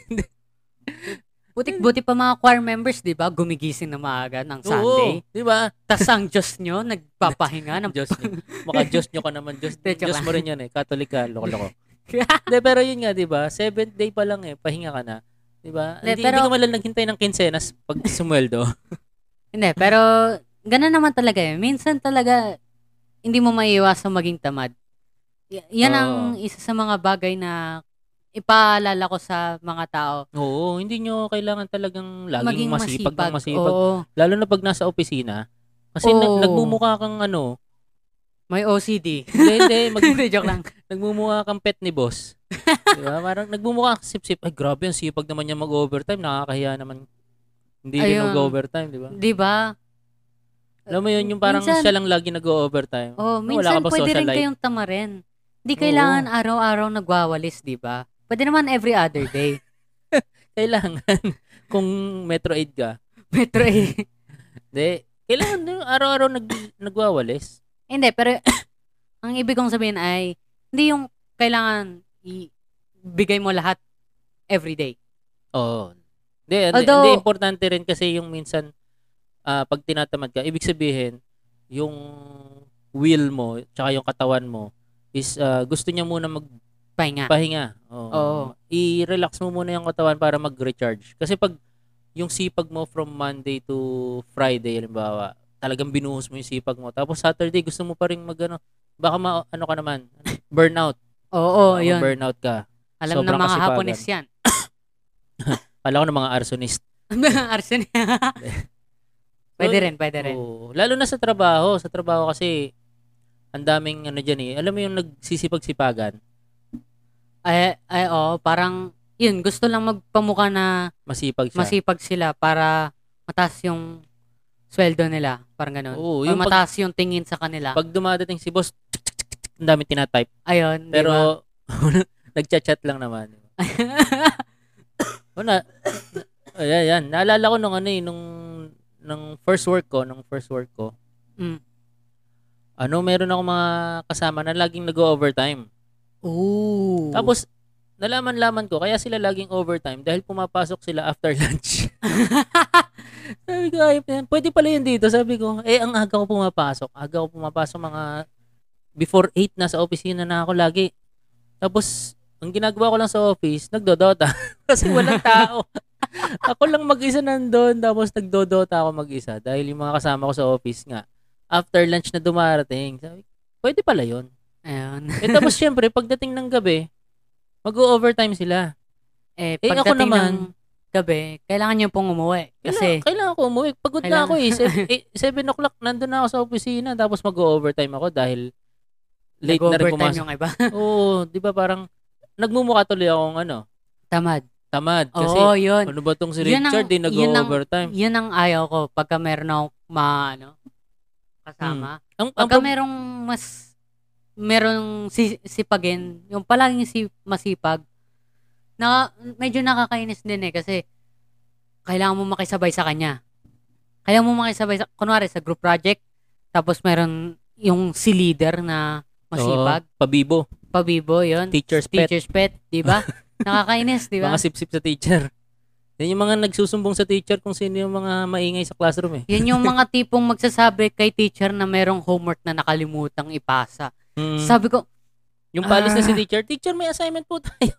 [SPEAKER 2] Butik-buti pa mga choir members, di ba? Gumigising na maaga ng Sunday.
[SPEAKER 1] hmm. Oo, di ba?
[SPEAKER 2] Tapos ang Diyos nyo, nagpapahinga ng
[SPEAKER 1] Diyos nyo. Maka Diyos nyo ka naman. Diyos,
[SPEAKER 2] Hindi, joke
[SPEAKER 1] Diyos mo
[SPEAKER 2] lang.
[SPEAKER 1] rin yan eh. Catholic ka, loko-loko. De, pero yun nga, di ba? Seventh day pa lang eh. Pahinga ka na. Di ba?
[SPEAKER 2] Hindi,
[SPEAKER 1] Hindi,
[SPEAKER 2] pero-
[SPEAKER 1] hindi ka malang naghintay ng kinsenas pag sumweldo.
[SPEAKER 2] Hindi, pero ganun naman talaga eh. Minsan talaga, hindi mo maiiwasang maging tamad. Y- yan ang
[SPEAKER 1] Oo.
[SPEAKER 2] isa sa mga bagay na ipaalala ko sa mga tao.
[SPEAKER 1] Oo, hindi nyo kailangan talagang laging masipag, kang masipag.
[SPEAKER 2] Oo.
[SPEAKER 1] Lalo na pag nasa opisina. Kasi
[SPEAKER 2] Oo.
[SPEAKER 1] na- nagmumukha kang ano.
[SPEAKER 2] May OCD.
[SPEAKER 1] Hindi, hindi. Mag,
[SPEAKER 2] Hindi, joke lang.
[SPEAKER 1] nagmumukha kang pet ni boss. di ba? Parang nagmumukha kang sip-sip. Ay, grabe ang sipag naman niya mag-overtime. Nakakahiya naman. Hindi rin
[SPEAKER 2] Ayun.
[SPEAKER 1] mag-overtime, di ba?
[SPEAKER 2] Di ba?
[SPEAKER 1] Alam mo yun, yung parang
[SPEAKER 2] Minsan-
[SPEAKER 1] siya lang lagi nag-overtime.
[SPEAKER 2] Oh,
[SPEAKER 1] Wala
[SPEAKER 2] minsan
[SPEAKER 1] ka bang
[SPEAKER 2] pwede
[SPEAKER 1] social
[SPEAKER 2] rin
[SPEAKER 1] life?
[SPEAKER 2] kayong tamarin. Hindi
[SPEAKER 1] Oo.
[SPEAKER 2] kailangan araw-araw nagwawalis, di ba? Pwede naman every other day.
[SPEAKER 1] Kailangan, kung Metro 8 ka,
[SPEAKER 2] Metro eh.
[SPEAKER 1] Hindi. Kailangan nyo araw-araw nag, nagwawalis.
[SPEAKER 2] hindi, pero ang ibig kong sabihin ay, hindi yung kailangan ibigay mo lahat every day.
[SPEAKER 1] Oo. Hindi, hindi-
[SPEAKER 2] Although-
[SPEAKER 1] hindi, importante rin kasi yung minsan, ah, pag tinatamad ka, ibig sabihin, yung will mo, tsaka yung katawan mo, is ah, gusto niya muna
[SPEAKER 2] Pahinga.
[SPEAKER 1] magpahinga. Oo.
[SPEAKER 2] Oo.
[SPEAKER 1] I-relax mo muna yung katawan para mag-recharge. Kasi pag yung sipag mo from Monday to Friday, halimbawa, talagang binuhos mo yung sipag mo. Tapos Saturday, gusto mo pa rin mag ano, baka ma, ano ka naman, burnout. Baka
[SPEAKER 2] Oo, Oh, yun.
[SPEAKER 1] Burnout ka.
[SPEAKER 2] Alam ng
[SPEAKER 1] sobrang
[SPEAKER 2] mga
[SPEAKER 1] kasipagan.
[SPEAKER 2] Hapones yan.
[SPEAKER 1] Kala ko ng mga arsonist.
[SPEAKER 2] Arsen. pwede rin, pwede rin.
[SPEAKER 1] Oo. Lalo na sa trabaho. Sa trabaho kasi, ang daming ano dyan eh. Alam mo yung nagsisipag-sipagan,
[SPEAKER 2] Ay, ay, oo, parang, yun, gusto lang magpamukha na
[SPEAKER 1] masipag siya.
[SPEAKER 2] masipag sila para mataas yung sweldo nila. Parang ganun.
[SPEAKER 1] Oo,
[SPEAKER 2] Or
[SPEAKER 1] yung pag,
[SPEAKER 2] mataas yung tingin sa kanila.
[SPEAKER 1] pag dumadating si boss, tsk, tsk, tsk, tsk, ang daming tinatype.
[SPEAKER 2] Ayun, di ba?
[SPEAKER 1] Pero, nagchat-chat lang naman. O na, ayan, ayan. Naalala ko nung ano eh, nung, nung first work ko, nung first work ko,
[SPEAKER 2] Mm.
[SPEAKER 1] ano, meron ako mga kasama na laging nag-overtime.
[SPEAKER 2] Ooh.
[SPEAKER 1] Tapos, nalaman-laman ko, kaya sila laging overtime dahil pumapasok sila after lunch. sabi ko, ayop na yan. Pwede pala yun dito. Sabi ko, eh, ang aga ko pumapasok. Aga ko pumapasok mga before 8 na sa opisina na ako lagi. Tapos, ang ginagawa ko lang sa office, nagdodota. Kasi walang tao. ako lang mag-isa nandun. Tapos, nagdodota ako mag-isa. Dahil yung mga kasama ko sa office nga, after lunch na dumarating. Sabi, ko, pwede pala yun.
[SPEAKER 2] Ayun.
[SPEAKER 1] Eh tapos syempre, pagdating ng gabi, mag-overtime sila.
[SPEAKER 2] Eh,
[SPEAKER 1] Eh, ako
[SPEAKER 2] pagdating
[SPEAKER 1] naman-
[SPEAKER 2] ng gabi, kailangan nyo pong umuwi. Kasi,
[SPEAKER 1] Kailangan, kailangan ko umuwi. Pagod na
[SPEAKER 2] Kailangan-
[SPEAKER 1] ako eh. 7 o'clock, nandun na ako sa opisina. Tapos mag-overtime ako dahil late na rin
[SPEAKER 2] nag-overtime
[SPEAKER 1] pumasok.
[SPEAKER 2] yung iba.
[SPEAKER 1] Oo, di ba parang nagmumukha tuloy akong ano,
[SPEAKER 2] Tamad.
[SPEAKER 1] tamad. Kasi
[SPEAKER 2] Oo, yun.
[SPEAKER 1] ano ba tong si
[SPEAKER 2] Yun ang-
[SPEAKER 1] Richard, di
[SPEAKER 2] yun ang-
[SPEAKER 1] nag-overtime.
[SPEAKER 2] Yun ang ayaw ko pagka meron akong ma, ano, kasama.
[SPEAKER 1] Ang, ang
[SPEAKER 2] Pagka
[SPEAKER 1] prob-
[SPEAKER 2] merong mas, merong si, sipagin, yung palaging si, masipag, na, medyo nakakainis din eh kasi kailangan mo makisabay sa kanya. Kailangan mo makisabay sa, kunwari sa group project, tapos meron yung si leader na masipag,
[SPEAKER 1] Oo, pabibo.
[SPEAKER 2] pabibo, yun.
[SPEAKER 1] Teacher's pet.
[SPEAKER 2] Teacher's pet, di ba? Nakakainis, di ba?
[SPEAKER 1] Mga sip-sip sa teacher. Yan yung mga nagsusumbong sa teacher kung sino yung mga maingay sa classroom eh.
[SPEAKER 2] Yun yung mga tipong magsasabi kay teacher na merong homework na nakalimutang ipasa.
[SPEAKER 1] Mm.
[SPEAKER 2] Sabi ko,
[SPEAKER 1] yung palis na si
[SPEAKER 2] Ah.
[SPEAKER 1] teacher, teacher may assignment po tayo.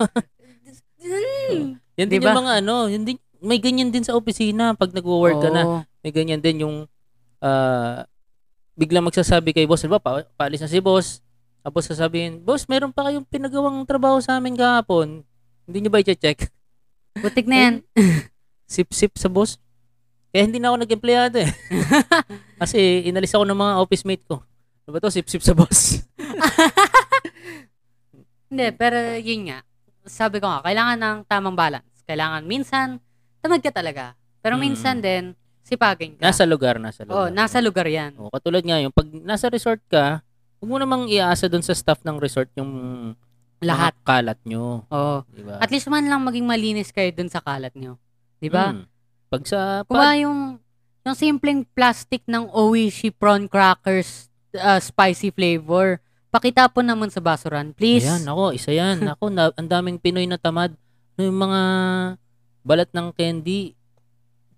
[SPEAKER 2] "Hmm."
[SPEAKER 1] Yan din
[SPEAKER 2] Diba?
[SPEAKER 1] yung mga ano, yan din, may ganyan din sa opisina pag nagwo-work ka na.
[SPEAKER 2] Oo.
[SPEAKER 1] May ganyan din yung ah, biglang magsasabi kay boss, diba, pa, paalis na si boss. Tapos sasabihin, boss, meron pa kayong pinagawang trabaho sa amin kahapon. Hindi nyo ba i-check?
[SPEAKER 2] Butik na yan.
[SPEAKER 1] Sip-sip sa boss. Kaya hindi na ako nag-empleyado eh. Kasi inalis ako ng mga office mate ko. Ano ba to? Sip-sip sa boss.
[SPEAKER 2] Hindi, pero yun nga. Sabi ko nga, kailangan ng tamang balance. Kailangan minsan, tamad ka talaga. Pero minsan
[SPEAKER 1] Mm.
[SPEAKER 2] din, sipagin ka.
[SPEAKER 1] Nasa lugar, nasa lugar.
[SPEAKER 2] Oo, Oh, nasa lugar yan.
[SPEAKER 1] O, katulad nga yung pag nasa resort ka, huwag mo namang iaasa doon sa staff ng resort yung
[SPEAKER 2] Lahat.
[SPEAKER 1] mga kalat nyo.
[SPEAKER 2] Oo.
[SPEAKER 1] Di ba?
[SPEAKER 2] At least man lang maging malinis kayo dun sa kalat nyo. Di ba?
[SPEAKER 1] Mm. Pag sa
[SPEAKER 2] Kung
[SPEAKER 1] pad,
[SPEAKER 2] ba yung, yung simpleng plastic ng Oishi prawn crackers uh, spicy flavor, pakitapon naman sa basuran, please.
[SPEAKER 1] ayan, ako, isa yan. Ako, na, ang daming Pinoy na tamad. Ano Yung mga balat ng candy,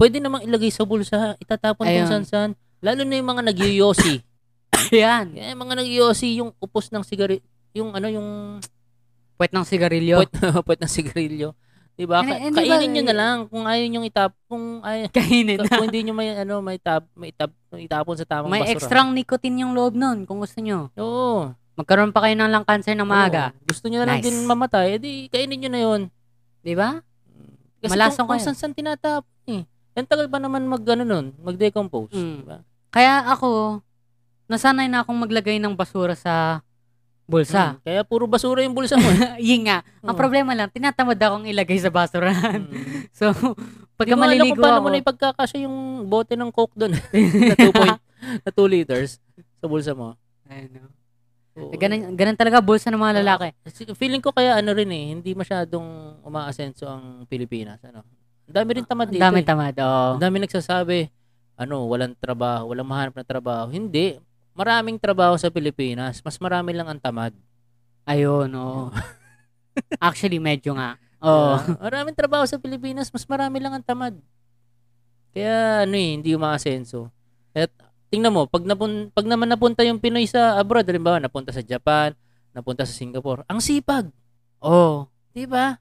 [SPEAKER 1] pwede namang ilagay sa bulsa, itatapon
[SPEAKER 2] Ayun.
[SPEAKER 1] kung saan-saan. Lalo na yung mga nagyoyosi.
[SPEAKER 2] Ayan.
[SPEAKER 1] Yan, yung mga nagyoyosi, yung upos ng sigari, yung ano, yung
[SPEAKER 2] Puwet ng sigarilyo.
[SPEAKER 1] puwet, puwet ng sigarilyo. Diba? Ka-
[SPEAKER 2] Hindi- hindi Ano, eh, ba-
[SPEAKER 1] kainin nyo na lang kung ayaw nyo itap, kung ayaw,
[SPEAKER 2] Kainin na.
[SPEAKER 1] kung hindi nyo may, ano, may, tap, may tap, itapon sa tamang
[SPEAKER 2] May
[SPEAKER 1] basura.
[SPEAKER 2] extrang nicotine yung loob nun kung gusto nyo.
[SPEAKER 1] Oo.
[SPEAKER 2] Magkaroon pa kayo ng lung cancer ng maaga.
[SPEAKER 1] Oo. Gusto nyo na lang
[SPEAKER 2] Nice.
[SPEAKER 1] din mamatay, edi kainin nyo na yun.
[SPEAKER 2] Di ba?
[SPEAKER 1] Kasi
[SPEAKER 2] Malasong
[SPEAKER 1] kung, kung
[SPEAKER 2] kayo.
[SPEAKER 1] saan-saan tinatapon eh. Ang tagal pa naman mag ano nun, mag-decompose.
[SPEAKER 2] Mm.
[SPEAKER 1] Diba?
[SPEAKER 2] Kaya ako, nasanay na akong maglagay ng basura sa bulsa.
[SPEAKER 1] Mm. Kaya puro basura yung bulsa mo. Eh.
[SPEAKER 2] Yun nga. Ang
[SPEAKER 1] Oo.
[SPEAKER 2] problema lang, tinatamad akong ilagay sa basurahan.
[SPEAKER 1] Mm.
[SPEAKER 2] So,
[SPEAKER 1] Hindi
[SPEAKER 2] pagka
[SPEAKER 1] mo alam
[SPEAKER 2] maliligo
[SPEAKER 1] kung paano
[SPEAKER 2] ako,
[SPEAKER 1] mo na ipagkakasya yung bote ng coke doon. na 2.5. na 2 liters sa bulsa mo.
[SPEAKER 2] Ano?
[SPEAKER 1] Oo.
[SPEAKER 2] Ganun, ganun talaga bulsa ng mga lalaki.
[SPEAKER 1] Kasi Feeling ko kaya ano rin eh, hindi masyadong umaasenso ang Pilipinas. Ano? Ang dami rin tamad
[SPEAKER 2] Ah, Ang
[SPEAKER 1] dito.
[SPEAKER 2] dami
[SPEAKER 1] eh.
[SPEAKER 2] tamad. Oo.
[SPEAKER 1] Ang dami nagsasabi, ano, walang trabaho, walang mahanap na trabaho. Hindi. Maraming trabaho sa Pilipinas. Mas marami lang ang tamad.
[SPEAKER 2] Ayun, oo. Actually, medyo nga. Oo.
[SPEAKER 1] Diba? maraming trabaho sa Pilipinas. Mas marami lang ang tamad. Kaya ano eh, hindi umaasenso. At tingnan mo, pag, napun, pag naman napunta yung Pinoy sa abroad, halimbawa napunta sa Japan, napunta sa Singapore, ang sipag.
[SPEAKER 2] Oo.
[SPEAKER 1] Di ba?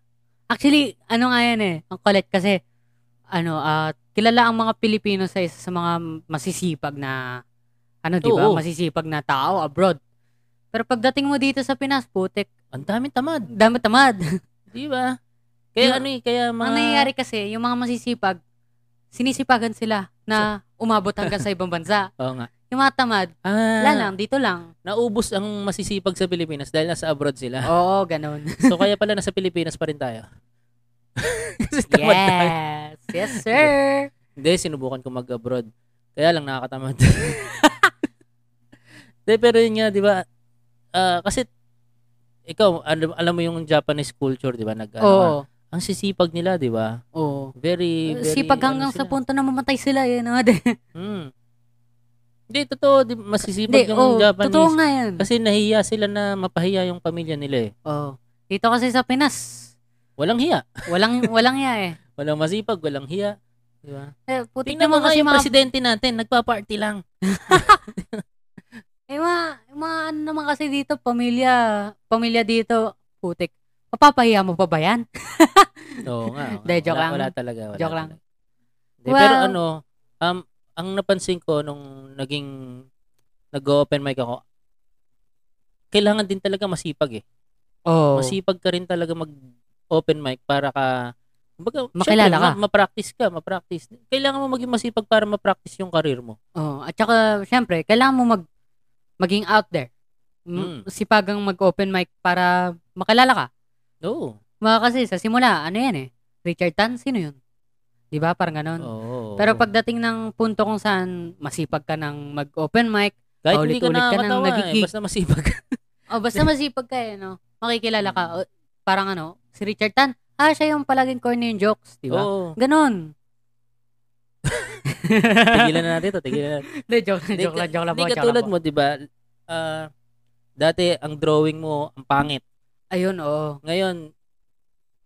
[SPEAKER 2] Actually, ano nga yan eh. Ang kulit kasi, ano, ah, kilala ang mga Pilipino sa isa sa mga masisipag na, ano, di ba?
[SPEAKER 1] Oo.
[SPEAKER 2] Masisipag na tao abroad. Pero pagdating mo dito sa Pinas, putik,
[SPEAKER 1] Ang daming tamad.
[SPEAKER 2] dami tamad.
[SPEAKER 1] Di ba?
[SPEAKER 2] Di ba?
[SPEAKER 1] Kaya ano eh, kaya mga...
[SPEAKER 2] Ang nangyayari kasi, yung mga masisipag, sinisipagan sila na umabot hanggang sa ibang bansa.
[SPEAKER 1] Oo nga.
[SPEAKER 2] Yung mga tamad,
[SPEAKER 1] Ah,
[SPEAKER 2] wala lang, dito lang.
[SPEAKER 1] naubos ang masisipag sa Pilipinas dahil nasa abroad sila.
[SPEAKER 2] Oo, ganun.
[SPEAKER 1] So kaya pala nasa Pilipinas pa rin tayo. Kasi tamad tayo.
[SPEAKER 2] Yes! Yes, sir!
[SPEAKER 1] Hindi, sinubukan ko mag-abroad. Kaya lang nakakatamad. Hindi, pero yun nga, di ba? Ah, kasi, ikaw, alam, alam mo yung Japanese culture, di ba? Nag, ano
[SPEAKER 2] Oo.
[SPEAKER 1] ka. ang sisipag nila, di ba?
[SPEAKER 2] Oo.
[SPEAKER 1] Very, very...
[SPEAKER 2] Sipag
[SPEAKER 1] ano
[SPEAKER 2] hanggang sa
[SPEAKER 1] sila.
[SPEAKER 2] punto na mamatay sila, yun. ah.
[SPEAKER 1] Hmm. Hindi, totoo. Di, masisipag
[SPEAKER 2] Hindi,
[SPEAKER 1] yung
[SPEAKER 2] oo,
[SPEAKER 1] Japanese.
[SPEAKER 2] Totoo nga yan.
[SPEAKER 1] Kasi nahiya sila na mapahiya yung pamilya nila eh.
[SPEAKER 2] Oo. Dito kasi sa Pinas,
[SPEAKER 1] Walang hiya.
[SPEAKER 2] walang walang ya eh.
[SPEAKER 1] Walang masipag, walang hiya. Di ba?
[SPEAKER 2] eh putik
[SPEAKER 1] Tingnan mo
[SPEAKER 2] naman
[SPEAKER 1] nga
[SPEAKER 2] kasi
[SPEAKER 1] yung
[SPEAKER 2] mga,
[SPEAKER 1] presidente natin, nagpa-party lang.
[SPEAKER 2] eh, mga, mga ano naman kasi dito, pamilya, pamilya dito, putik. Mapapahiya mo pa ba yan?
[SPEAKER 1] Oo nga. oo nga.
[SPEAKER 2] Hindi, joke
[SPEAKER 1] wala,
[SPEAKER 2] lang.
[SPEAKER 1] Wala talaga. Wala
[SPEAKER 2] Joke lang.
[SPEAKER 1] talaga. Hindi, pero
[SPEAKER 2] Well-
[SPEAKER 1] ano, um, ang napansin ko nung naging nag-open mic ako, kailangan din talaga masipag eh.
[SPEAKER 2] Oo.
[SPEAKER 1] Masipag ka rin talaga mag-open mic para ka, kumbaga,
[SPEAKER 2] Makilala
[SPEAKER 1] syempre,
[SPEAKER 2] ka.
[SPEAKER 1] Ma- ma-practice ka, ma-practice. Kailangan mo maging masipag para ma-practice yung karir mo.
[SPEAKER 2] Oo. At saka, syempre, kailangan mo mag, maging out there.
[SPEAKER 1] Mm.
[SPEAKER 2] M- Sipagang mag-open mic para makilala ka.
[SPEAKER 1] Oo.
[SPEAKER 2] Mga kasi sa simula, ano yan eh, Richard Tan, sino yun? Di ba? Parang ganun.
[SPEAKER 1] Oo.
[SPEAKER 2] Pero pagdating ng punto kung saan masipag ka ng mag-open mic,
[SPEAKER 1] Kahit hindi ka
[SPEAKER 2] paulit-ulit ka nang
[SPEAKER 1] nakakatawa, eh,
[SPEAKER 2] nagigig.
[SPEAKER 1] basta masipag ka.
[SPEAKER 2] Oh, basta masipag ka eh, no? Makikilala ka. O, parang ano, si Richard Tan, ah, siya yung palaging corny yung jokes, di ba?
[SPEAKER 1] Oo.
[SPEAKER 2] Ganon.
[SPEAKER 1] Tigilan na natin ito, tigilan na
[SPEAKER 2] Hindi, joke lang, joke lang, joke lang po.
[SPEAKER 1] Hindi
[SPEAKER 2] joke lang
[SPEAKER 1] katulad
[SPEAKER 2] po.
[SPEAKER 1] mo, di ba? Ah, dati, ang drawing mo, ang pangit.
[SPEAKER 2] Ayun, oh. oo.
[SPEAKER 1] Ngayon,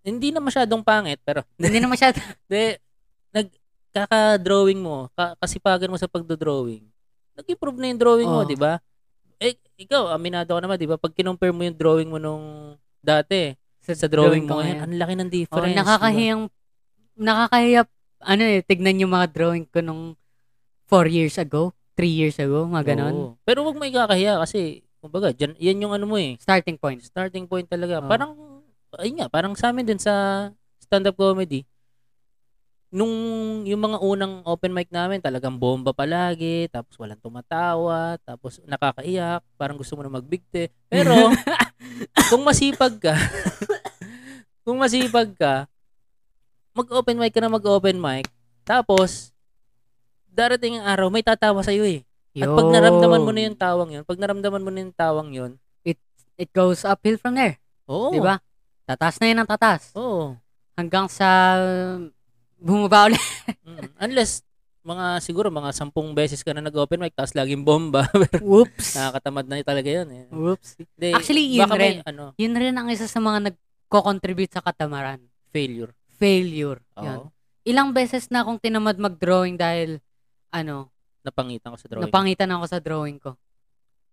[SPEAKER 1] hindi na masyadong pangit, pero
[SPEAKER 2] Hindi na masyado.
[SPEAKER 1] de, nagkaka-drawing mo, ka- kasipagan mo sa pagdodrawing, nag-improve na yung drawing mo,
[SPEAKER 2] Oo.
[SPEAKER 1] di ba? Eh, ikaw, aminado ka naman, di ba? Pag kinumpare mo yung drawing mo nung dati, sa drawing, mo ngayon, diba? ang laki ng
[SPEAKER 2] Oh,
[SPEAKER 1] difference. di ba?
[SPEAKER 2] nakakahiyang, nakakahiyap, ano eh, tignan yung mga drawing ko nung four years ago, three years ago, mga ganon.
[SPEAKER 1] Oo. Pero wag mo ikakahiya kasi, kumbaga, dyan, yan yung ano mo eh,
[SPEAKER 2] Starting point.
[SPEAKER 1] starting point talaga.
[SPEAKER 2] Oo.
[SPEAKER 1] Parang, ayun nga, parang sa amin din sa stand-up comedy, nung yung mga unang open mic namin, talagang bomba palagi, tapos walang tumatawa, tapos nakakaiyak, parang gusto mo na magbigte. Pero, kung masipag ka, kung masipag ka, mag-open mic ka na mag-open mic, tapos, darating ang araw, may tatawa sa'yo eh. At pag naramdaman mo na yung tawang yun, pag naramdaman mo na yung tawang yun,
[SPEAKER 2] it goes uphill from there,
[SPEAKER 1] oo,
[SPEAKER 2] di ba? Tataas na yan ang tataas.
[SPEAKER 1] Oo.
[SPEAKER 2] Hanggang sa um, bumaba ulit.
[SPEAKER 1] Mm. Unless, mga siguro mga sampung beses ka na nag-open mic tapos laging bomba. Pero
[SPEAKER 2] Whoops.
[SPEAKER 1] Nakakatamad na yun talaga yun. Eh.
[SPEAKER 2] Whoops.
[SPEAKER 1] Hindi,
[SPEAKER 2] Actually, yun
[SPEAKER 1] baka may,
[SPEAKER 2] rin.
[SPEAKER 1] ano,
[SPEAKER 2] Yun rin ang isa sa mga nagko-contribute sa katamaran.
[SPEAKER 1] failure.
[SPEAKER 2] Failure.
[SPEAKER 1] Oo.
[SPEAKER 2] Yun. Ilang beses na akong tinamad mag-drawing dahil, ano,
[SPEAKER 1] Napangitan ko sa drawing.
[SPEAKER 2] napangitan ako sa drawing ko.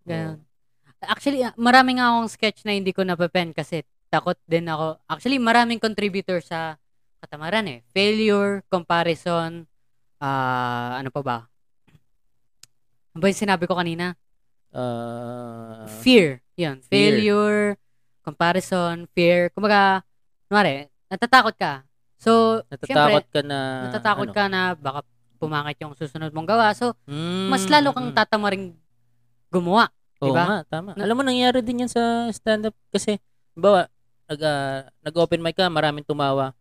[SPEAKER 2] Ganun.
[SPEAKER 1] Oo.
[SPEAKER 2] Actually, ah, marami nga akong sketch na hindi ko napapen kasi takot din ako. Actually, maraming contributor sa katamaran eh. Failure, comparison, ah ano pa ba? Ano ba yung sinabi ko kanina?
[SPEAKER 1] Ah,
[SPEAKER 2] fear. Yun.
[SPEAKER 1] Fear.
[SPEAKER 2] Failure, comparison, fear. Kumbaga, kumari, natatakot ka. So,
[SPEAKER 1] natatakot
[SPEAKER 2] syempre,
[SPEAKER 1] ka na...
[SPEAKER 2] natatakot
[SPEAKER 1] ano?
[SPEAKER 2] ka na baka pumakit yung susunod mong gawa. So,
[SPEAKER 1] Mm,
[SPEAKER 2] mas lalo kang
[SPEAKER 1] mm.
[SPEAKER 2] tatama rin gumawa.
[SPEAKER 1] Oo
[SPEAKER 2] diba?
[SPEAKER 1] nga, tama.
[SPEAKER 2] Na-
[SPEAKER 1] Alam mo, nangyari din yan sa stand-up kasi, bawa, nag, ah, nag-open mic ka, maraming tumawa.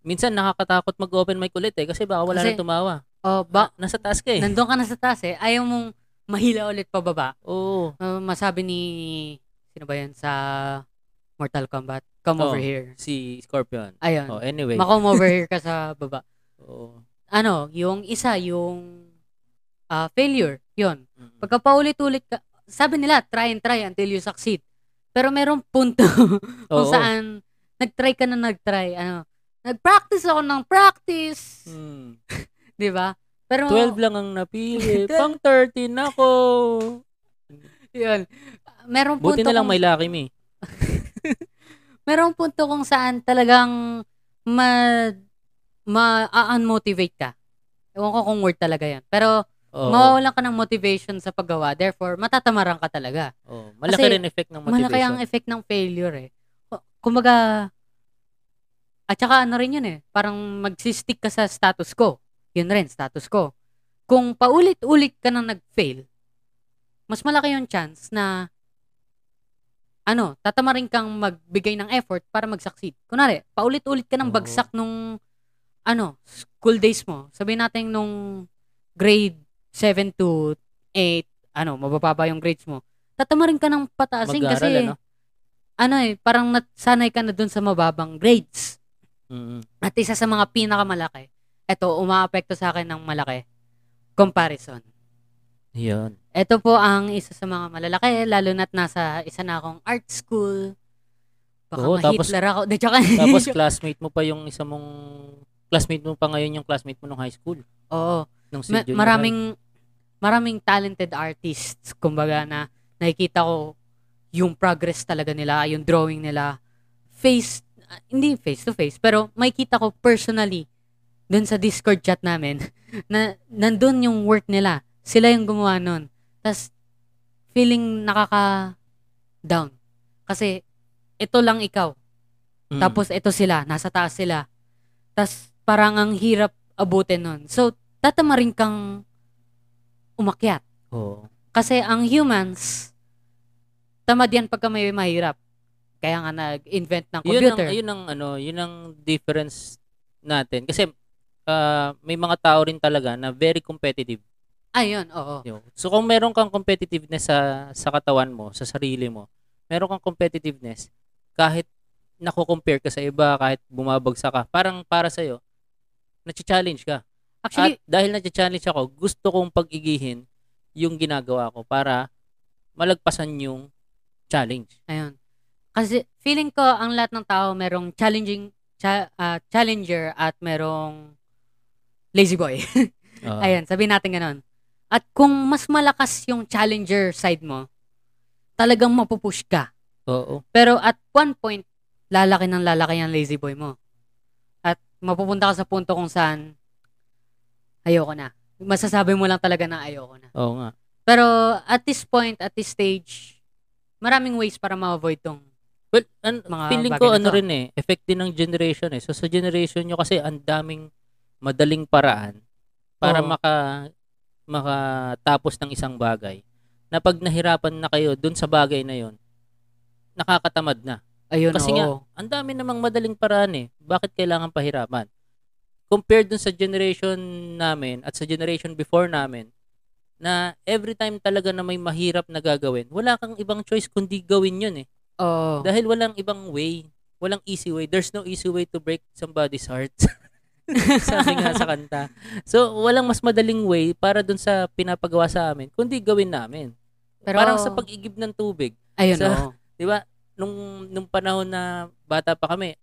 [SPEAKER 1] Minsan, nakakatakot mag-open mic ulit eh kasi baka wala
[SPEAKER 2] Kasi-
[SPEAKER 1] na tumawa.
[SPEAKER 2] O, ba,
[SPEAKER 1] Nasa taas ka eh.
[SPEAKER 2] nandun ka na sa taas eh. Ayaw mong mahila ulit pababa.
[SPEAKER 1] Oo.
[SPEAKER 2] Uh, masabi ni, sino ba yun, sa Mortal Kombat, come
[SPEAKER 1] Oh.
[SPEAKER 2] over here.
[SPEAKER 1] Si Scorpion.
[SPEAKER 2] Ayun.
[SPEAKER 1] Oh, anyway.
[SPEAKER 2] Makom over here ka sa baba.
[SPEAKER 1] Oo.
[SPEAKER 2] Ano, yung isa, yung ah, failure, yun.
[SPEAKER 1] Mm.
[SPEAKER 2] Pagka paulit-ulit ka, sabi nila, try and try until you succeed. Pero merong punto kung
[SPEAKER 1] Oo.
[SPEAKER 2] saan nag-try ka na nag-try. Ano, nag-practice ako ng practice.
[SPEAKER 1] Mm.
[SPEAKER 2] Di ba? Pero,
[SPEAKER 1] 12 lang ang napili.
[SPEAKER 2] Twelve.
[SPEAKER 1] Pang 13 ako.
[SPEAKER 2] yun. Merong punto,
[SPEAKER 1] Buti na lang
[SPEAKER 2] kung,
[SPEAKER 1] may laki mi.
[SPEAKER 2] merong punto kung saan talagang ma, ma-unmotivate ka. Ewan ko kung word talaga yan. Pero,
[SPEAKER 1] Oo.
[SPEAKER 2] mawawalan ka ng motivation sa paggawa. Therefore, matatamaran ka talaga.
[SPEAKER 1] Oo. Malaki
[SPEAKER 2] Kasi
[SPEAKER 1] rin effect ng motivation.
[SPEAKER 2] Malaki ang effect ng failure eh. Ku- Kumbaga, at saka ano rin yun eh, parang magsistick ka sa status ko. Yun rin, status ko. Kung paulit-ulit ka na nag-fail, mas malaki yung chance na ano, tatama rin kang magbigay ng effort para mag-succeed. Kunwari, paulit-ulit ka ng
[SPEAKER 1] Oo.
[SPEAKER 2] bagsak nung ano, school days mo. Sabihin natin nung grade 7 to 8, ano, mababa pa yung grades mo. Tatama rin ka ng pataasin
[SPEAKER 1] Mag-aral,
[SPEAKER 2] kasi
[SPEAKER 1] ano?
[SPEAKER 2] ano eh, parang nasanay ka na dun sa mababang grades.
[SPEAKER 1] Mm-mm.
[SPEAKER 2] At isa sa mga pinakamalaki, eto, umaapekto sa akin ng malaki, comparison.
[SPEAKER 1] Yun.
[SPEAKER 2] Ito po ang isa sa mga malalaki, lalo na't nasa isa na akong art school. Baka
[SPEAKER 1] Oo, tapos-
[SPEAKER 2] ma-Hitler ako. De, tsaka,
[SPEAKER 1] Tapos classmate mo pa yung isa mong classmate mo pa ngayon yung classmate mo nung high school.
[SPEAKER 2] oo,
[SPEAKER 1] Nung si
[SPEAKER 2] ma-
[SPEAKER 1] junior high.
[SPEAKER 2] maraming, maraming talented artists, kumbaga na nakikita ko yung progress talaga nila, yung drawing nila, face, ah, hindi face to face, pero makikita ko personally dun sa Discord chat namin na nandun yung work nila. Sila yung gumawa nun. Tapos, feeling nakaka-down. Kasi, ito lang ikaw.
[SPEAKER 1] Mm.
[SPEAKER 2] Tapos ito sila, nasa taas sila. Tapos parang ang hirap abutin nun. So, tatama rin kang umakyat.
[SPEAKER 1] Oo.
[SPEAKER 2] Kasi ang humans, tamad yan pagka may mahirap. Kaya nga nag-invent ng
[SPEAKER 1] Yun ang,
[SPEAKER 2] computer.
[SPEAKER 1] yun ang ano, yun ang difference natin kasi ah, may mga tao rin talaga na very competitive.
[SPEAKER 2] Ayun, Ah, oo.
[SPEAKER 1] Yo. So kung meron kang competitiveness sa sa katawan mo, sa sarili mo, meron kang competitiveness kahit nako-compare ka sa iba, kahit bumabagsak ka, parang para sa iyo na-challenge ka.
[SPEAKER 2] Actually,
[SPEAKER 1] At dahil na-challenge ako, gusto kong pag-igihin yung ginagawa ko para malagpasan yung challenge.
[SPEAKER 2] ayun. Kasi feeling ko ang lahat ng tao merong challenging cha- ah, challenger at merong lazy boy.
[SPEAKER 1] Oo.
[SPEAKER 2] Ayan, sabihin natin ganun. At kung mas malakas yung challenger side mo, talagang mapupush ka.
[SPEAKER 1] Oo.
[SPEAKER 2] Pero at one point, lalaki ng lalaki ang lazy boy mo. At mapupunta ka sa punto kung saan, ayoko na. Masasabi mo lang talaga na ayoko na.
[SPEAKER 1] Oo nga.
[SPEAKER 2] Pero at this point, at this stage, maraming ways para ma-avoid tong
[SPEAKER 1] Well, an,
[SPEAKER 2] Mga
[SPEAKER 1] feeling
[SPEAKER 2] Ah, bagay
[SPEAKER 1] ko
[SPEAKER 2] na
[SPEAKER 1] ano
[SPEAKER 2] to.
[SPEAKER 1] rin eh, effect din ng generation eh. So sa generation nyo kasi ang daming madaling paraan para
[SPEAKER 2] Oo.
[SPEAKER 1] maka makatapos ng isang bagay. Na pag nahirapan na kayo dun sa bagay na yon, nakakatamad na.
[SPEAKER 2] ayun
[SPEAKER 1] Kasi
[SPEAKER 2] oo.
[SPEAKER 1] nga, Ang dami namang madaling paraan eh. Bakit kailangan pahirapan? Compared dun sa generation namin at sa generation before namin, na every time talaga na may mahirap na gagawin, wala kang ibang choice kundi gawin yun eh.
[SPEAKER 2] Oo.
[SPEAKER 1] Dahil walang ibang way, walang easy way. There's no easy way to break somebody's heart. Sabi nga sa kanta. So, walang mas madaling way para dun sa pinapagawa sa amin, kundi gawin namin.
[SPEAKER 2] Pero,
[SPEAKER 1] Parang sa pag-igib ng tubig.
[SPEAKER 2] ayun
[SPEAKER 1] sa-
[SPEAKER 2] oo.
[SPEAKER 1] Di ba? Nung, nung panahon na bata pa kami,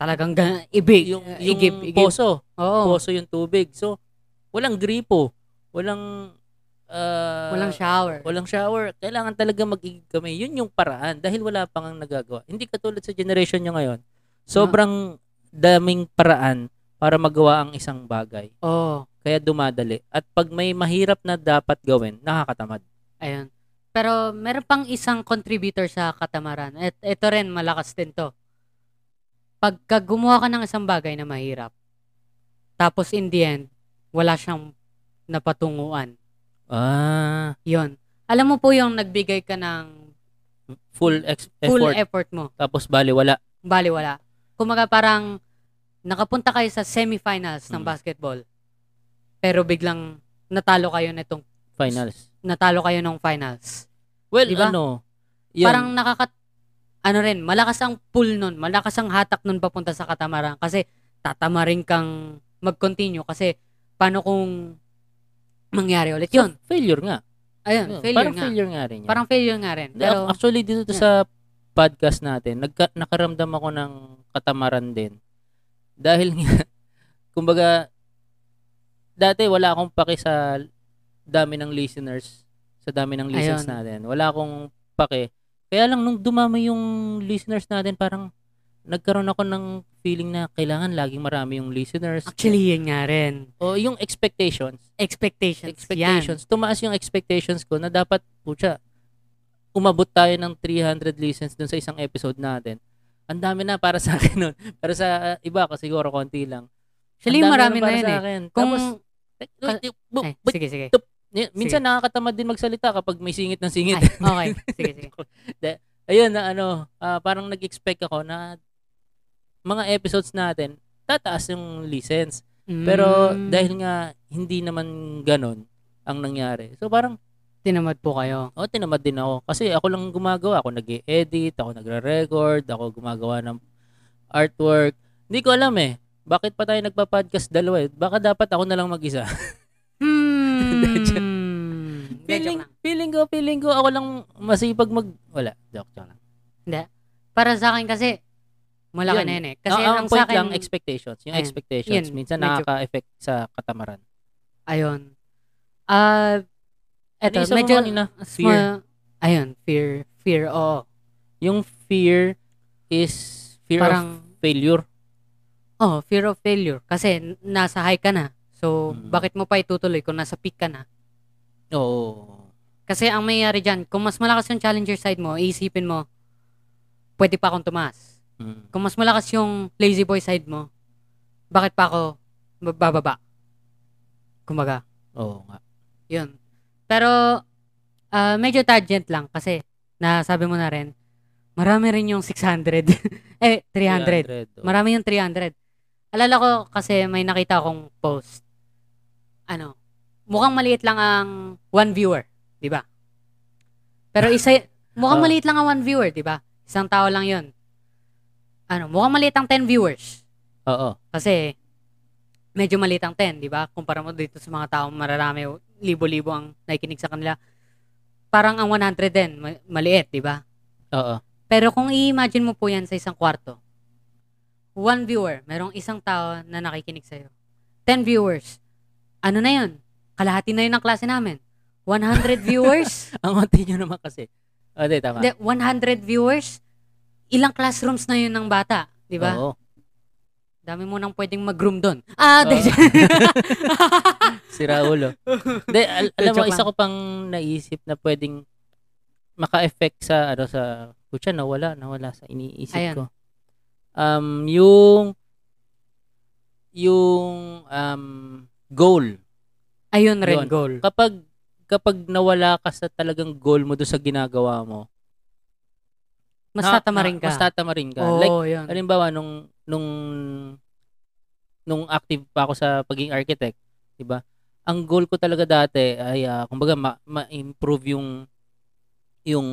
[SPEAKER 2] Talagang gan- ibig.
[SPEAKER 1] yung,
[SPEAKER 2] uh,
[SPEAKER 1] yung
[SPEAKER 2] igib, igib. Oh.
[SPEAKER 1] poso,
[SPEAKER 2] Oo.
[SPEAKER 1] poso yung tubig. So, walang gripo, walang ah,
[SPEAKER 2] walang shower.
[SPEAKER 1] walang shower. Kailangan talaga mag-igib kami. Yun yung paraan dahil wala pang ang nagagawa. Hindi katulad sa generation nyo ngayon. Sobrang daming paraan para magawa ang isang bagay.
[SPEAKER 2] Oo.
[SPEAKER 1] Kaya dumadali. At pag may mahirap na dapat gawin, nakakatamad.
[SPEAKER 2] Ayun. Pero meron pang isang contributor sa katamaran. At ito rin, malakas din to. Pagka gumawa ka ng isang bagay na mahirap, tapos in the end, wala siyang napatunguan.
[SPEAKER 1] Ah,
[SPEAKER 2] Yun. Alam mo po yung nagbigay ka ng
[SPEAKER 1] full ex-
[SPEAKER 2] full
[SPEAKER 1] effort.
[SPEAKER 2] effort, mo.
[SPEAKER 1] Tapos bali, wala.
[SPEAKER 2] Bali, wala. Kumaga parang nakapunta kayo sa semifinals ng
[SPEAKER 1] Mm.
[SPEAKER 2] basketball. pero biglang natalo kayo nitong
[SPEAKER 1] Finals.
[SPEAKER 2] natalo kayo ng finals.
[SPEAKER 1] Well,
[SPEAKER 2] Di ba?
[SPEAKER 1] ano, yun.
[SPEAKER 2] Diba? Parang nakaka ano rin, malakas ang pull nun, malakas ang hatak nun papunta sa katamaran kasi tatama rin kang mag-continue kasi paano kung mangyari ulit yun?
[SPEAKER 1] failure nga.
[SPEAKER 2] Ayun,
[SPEAKER 1] Yun,
[SPEAKER 2] failure
[SPEAKER 1] parang
[SPEAKER 2] nga.
[SPEAKER 1] failure nga rin yun.
[SPEAKER 2] Parang failure nga rin.
[SPEAKER 1] Hindi,
[SPEAKER 2] Pero,
[SPEAKER 1] ac- actually, dito to
[SPEAKER 2] Yeah.
[SPEAKER 1] sa podcast natin, nagka, nakaramdam ako ng katamaran din. Dahil nga, kumbaga, dati wala akong pake sa dami ng listeners, sa dami ng listens
[SPEAKER 2] Ayun.
[SPEAKER 1] natin. Wala akong pake. Kaya lang, nung dumami yung listeners natin, parang nagkaroon ako ng feeling na kailangan laging marami yung listeners.
[SPEAKER 2] actually, yun nga rin.
[SPEAKER 1] O yung expectations
[SPEAKER 2] Expectations.
[SPEAKER 1] expectations. Tumaas yung expectations ko na dapat, putya, umabot tayo ng 300 listens dun sa isang episode natin. Ang dami na para sa akin nun. Para sa uh, iba, kasi siguro konti lang.
[SPEAKER 2] Yan. Actually,
[SPEAKER 1] Ang dami
[SPEAKER 2] marami na
[SPEAKER 1] para
[SPEAKER 2] yun
[SPEAKER 1] sa
[SPEAKER 2] eh.
[SPEAKER 1] akin.
[SPEAKER 2] Kung,
[SPEAKER 1] Tapos, wait, bu-
[SPEAKER 2] eh,
[SPEAKER 1] but-
[SPEAKER 2] sige, sige.
[SPEAKER 1] ni- minsan nakakatamad din magsalita kapag may singit ng singit.
[SPEAKER 2] Ay, okay, sige, sige.
[SPEAKER 1] De- Ayun na ano, ah, parang nag-expect ako na mga episodes natin, tataas yung listens. Pero
[SPEAKER 2] Mm,
[SPEAKER 1] dahil nga hindi naman ganon ang nangyari. So parang
[SPEAKER 2] tinamad po kayo.
[SPEAKER 1] oh, tinamad din ako. Kasi ako lang gumagawa. Ako nag edit ako nagre-record, ako gumagawa ng artwork. Hindi ko alam eh. Bakit pa tayo nagpa-podcast dalawa eh? Baka dapat ako na lang mag-isa.
[SPEAKER 2] Hmm. Hindi, joke
[SPEAKER 1] feeling,
[SPEAKER 2] lang.
[SPEAKER 1] feeling ko, feeling ko, ako lang masipag mag... Wala, joke, joke lang.
[SPEAKER 2] Para sa akin kasi, malaki
[SPEAKER 1] Yun.
[SPEAKER 2] na yun eh. Kasi
[SPEAKER 1] ang, ang
[SPEAKER 2] ang
[SPEAKER 1] point
[SPEAKER 2] sa akin,
[SPEAKER 1] lang, expectations. Yung
[SPEAKER 2] Ayun.
[SPEAKER 1] expectations.
[SPEAKER 2] Yun,
[SPEAKER 1] Minsan
[SPEAKER 2] medyo-
[SPEAKER 1] nakaka-effect sa katamaran.
[SPEAKER 2] Ayun. Ah, eto,
[SPEAKER 1] Ano isa mo
[SPEAKER 2] medyo
[SPEAKER 1] kanina?
[SPEAKER 2] fear. ayun, fear, fear, oo.
[SPEAKER 1] Yung fear is fear
[SPEAKER 2] Parang,
[SPEAKER 1] of failure.
[SPEAKER 2] oh, fear of failure. Kasi n- nasa high ka na. So,
[SPEAKER 1] Mm.
[SPEAKER 2] bakit mo pa itutuloy kung nasa peak ka na?
[SPEAKER 1] Oo.
[SPEAKER 2] Kasi ang mangyayari dyan, kung mas malakas yung challenger side mo, iisipin mo, pwede pa akong tumaas.
[SPEAKER 1] Mm.
[SPEAKER 2] Kung mas malakas yung lazy boy side mo, bakit pa ako bababa? Kumbaga,
[SPEAKER 1] Oo nga.
[SPEAKER 2] Yun. Pero, ah, medyo tangent lang kasi, nasabi mo na rin, marami rin yung 600. eh, 300.
[SPEAKER 1] oo.
[SPEAKER 2] Marami yung 300. Alala ko kasi may nakita akong post. Ano, mukhang maliit lang ang one viewer, di ba? Pero isa, mukhang
[SPEAKER 1] Ah.
[SPEAKER 2] maliit lang ang one viewer, di ba? Isang tao lang yun. Ano, mukhang maliit ang 10 viewers.
[SPEAKER 1] Oo.
[SPEAKER 2] Kasi, medyo maliit ang 10, di ba? Kumpara mo dito sa mga taong mararami, libo-libo ang nakikinig sa kanila. Parang ang 100 din, ma- maliit, di ba?
[SPEAKER 1] Oo.
[SPEAKER 2] Pero kung i-imagine mo po yan sa isang kwarto, one viewer, merong isang tao na nakikinig sa'yo. 10 viewers. Ano na yun? Kalahati na yun ng klase namin. 100 viewers?
[SPEAKER 1] Ang konti nyo naman kasi. O, di, tama.
[SPEAKER 2] Hindi, 100 viewers? Ilang classrooms na yun ng bata? Di ba?
[SPEAKER 1] Oo.
[SPEAKER 2] Dami mo nang pwedeng mag-room doon. Ah, di-
[SPEAKER 1] Oo. Si Raulo. Hindi, al- alam mo,
[SPEAKER 2] Joke
[SPEAKER 1] isa ko pang naisip na pwedeng maka-effect sa, ano, sa, kutya, nawala, nawala sa iniisip
[SPEAKER 2] Ayan.
[SPEAKER 1] ko. Um, yung, yung, um, goal.
[SPEAKER 2] Ayun rin,
[SPEAKER 1] Yun.
[SPEAKER 2] goal.
[SPEAKER 1] Kapag, kapag nawala ka sa talagang goal mo doon sa ginagawa mo,
[SPEAKER 2] Mas
[SPEAKER 1] na-
[SPEAKER 2] tatama
[SPEAKER 1] na-
[SPEAKER 2] rin ka.
[SPEAKER 1] Mas tatamarin ka.
[SPEAKER 2] Oo,
[SPEAKER 1] Like,
[SPEAKER 2] yun.
[SPEAKER 1] halimbawa nung nung nung active pa ako sa pagiging architect, 'di ba? Ang goal ko talaga dati ay ah, kumbaga ma- ma-improve yung yung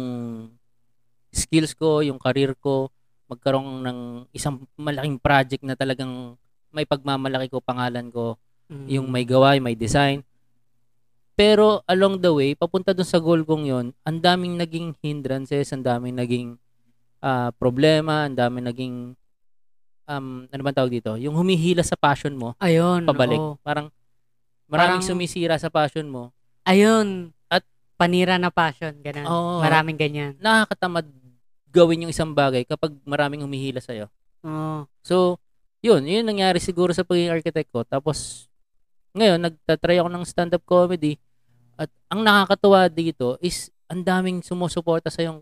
[SPEAKER 1] skills ko, yung career ko, magkaroon ng isang malaking project na talagang may pagmamalaki ko pangalan ko
[SPEAKER 2] Mm.
[SPEAKER 1] yung may gawa, yung may design. Pero along the way, papunta dun sa goal kong yon, ang daming naging hindrances, ang daming naging ah, problema, ang daming naging um, ano ba tawag dito? Yung humihila sa passion mo,
[SPEAKER 2] Ayun.
[SPEAKER 1] pabalik.
[SPEAKER 2] oo.
[SPEAKER 1] Parang maraming
[SPEAKER 2] Parang-
[SPEAKER 1] sumisira sa passion mo.
[SPEAKER 2] Ayun.
[SPEAKER 1] At-
[SPEAKER 2] panira na passion. Ganun.
[SPEAKER 1] Oo.
[SPEAKER 2] Maraming ganyan.
[SPEAKER 1] Nakakatamad gawin yung isang bagay kapag maraming humihila sa'yo.
[SPEAKER 2] Oo.
[SPEAKER 1] So, yun, yun nangyari siguro sa pagiging architect ko. Tapos, ngayon, nagtatry ako ng stand-up comedy. At ang nakakatuwa dito is ang daming sumusuporta sa yung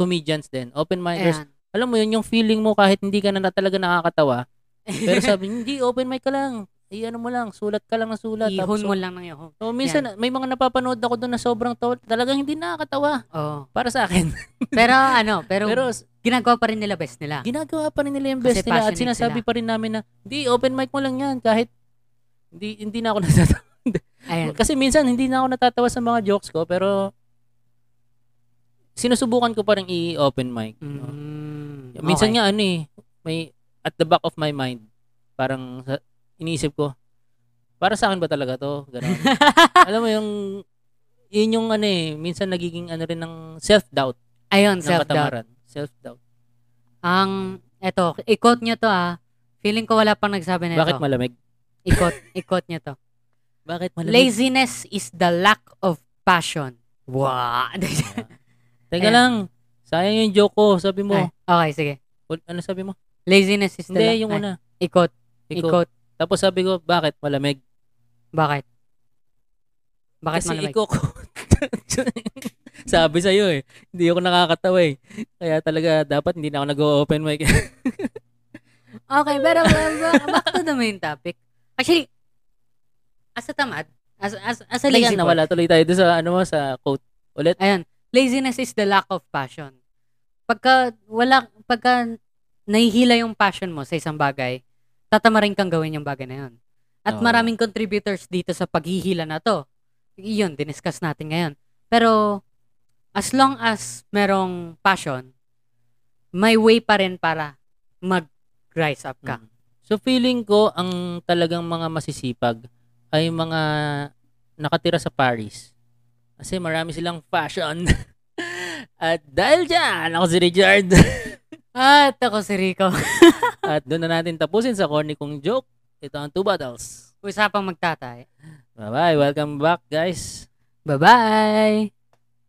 [SPEAKER 1] comedians din, open-minders.
[SPEAKER 2] Ayan.
[SPEAKER 1] Alam mo yun, yung feeling mo kahit hindi ka na, na talaga nakakatawa, pero sabi, hindi, open mic ka lang. Ay, ano mo lang, sulat ka lang ng sulat.
[SPEAKER 2] Ihon
[SPEAKER 1] Tapos,
[SPEAKER 2] mo lang ng ihon.
[SPEAKER 1] oh, minsan, may mga napapanood ako doon na sobrang tawa. Talagang hindi nakakatawa
[SPEAKER 2] Oo.
[SPEAKER 1] para sa akin.
[SPEAKER 2] Pero ano, pero,
[SPEAKER 1] Pero
[SPEAKER 2] ginagawa pa rin nila best nila.
[SPEAKER 1] ginagawa pa rin nila yung
[SPEAKER 2] Kasi
[SPEAKER 1] best nila at
[SPEAKER 2] passionate
[SPEAKER 1] sinasabi pa rin namin na, hindi, open mic mo lang yan. Kahit Hindi, hindi na ako natatawa.
[SPEAKER 2] Ayan.
[SPEAKER 1] Kasi minsan, hindi na ako natatawa sa mga jokes ko, pero sinusubukan ko pa rin i-open mic. no?
[SPEAKER 2] Mm,
[SPEAKER 1] Minsan
[SPEAKER 2] okay.
[SPEAKER 1] nga ano eh, may at the back of my mind, parang sa, iniisip ko, para sa akin ba talaga to? Ganun. Alam mo yung, yun yung ano eh, minsan nagiging ano rin ng self-doubt ng
[SPEAKER 2] Ayun, self-doubt.
[SPEAKER 1] katamaran. Self-doubt.
[SPEAKER 2] Ang, eto, i-quote nyo to ah. Feeling ko wala pang nagsabi na
[SPEAKER 1] Bakit
[SPEAKER 2] ito.
[SPEAKER 1] malamig?
[SPEAKER 2] I-quote, i-quote nyo to.
[SPEAKER 1] Bakit malamig?
[SPEAKER 2] Laziness is the lack of passion. Wow.
[SPEAKER 1] Teka
[SPEAKER 2] Ayan.
[SPEAKER 1] lang, sayang yung joke ko. Sabi mo,
[SPEAKER 2] Ay, okay, sige.
[SPEAKER 1] Ul- ano sabi mo?
[SPEAKER 2] Laziness is the lack.
[SPEAKER 1] Hindi, yung
[SPEAKER 2] ay,
[SPEAKER 1] una.
[SPEAKER 2] I-quote,
[SPEAKER 1] Iko.
[SPEAKER 2] i-quote.
[SPEAKER 1] Tapos sabi ko, bakit malamig?
[SPEAKER 2] Bakit? Bakit
[SPEAKER 1] Kasi
[SPEAKER 2] malamig?
[SPEAKER 1] iko ko. sabi sa'yo eh. Hindi ako nakakatawa eh. Kaya talaga, dapat hindi na ako nag-open mic.
[SPEAKER 2] Okay, pero well, back to the main topic. Actually, as a tamad, as, as, as a
[SPEAKER 1] Teka,
[SPEAKER 2] lazy boy,
[SPEAKER 1] nawala tuloy tayo doon sa, ano mo, sa quote. Ulit.
[SPEAKER 2] ayan, laziness is the lack of passion. Pagka wala, pagka nahihila yung passion mo sa isang bagay, tatama rin kang gawin yung bagay na yun. At
[SPEAKER 1] Oo.
[SPEAKER 2] maraming contributors dito sa paghihila na to. Yun, diniscuss natin ngayon. Pero, as long as merong passion, may way pa rin para mag-rise up ka.
[SPEAKER 1] Mm. So feeling ko, ang talagang mga masisipag ay mga nakatira sa Paris. Kasi marami silang fashion. At dahil dyan, ako si Richard.
[SPEAKER 2] At ako si Rico.
[SPEAKER 1] At doon na natin tapusin sa corny kong joke. Ito ang Two Bottles.
[SPEAKER 2] Usapang magtatay.
[SPEAKER 1] Bye-bye. Welcome back, guys.
[SPEAKER 2] Bye-bye!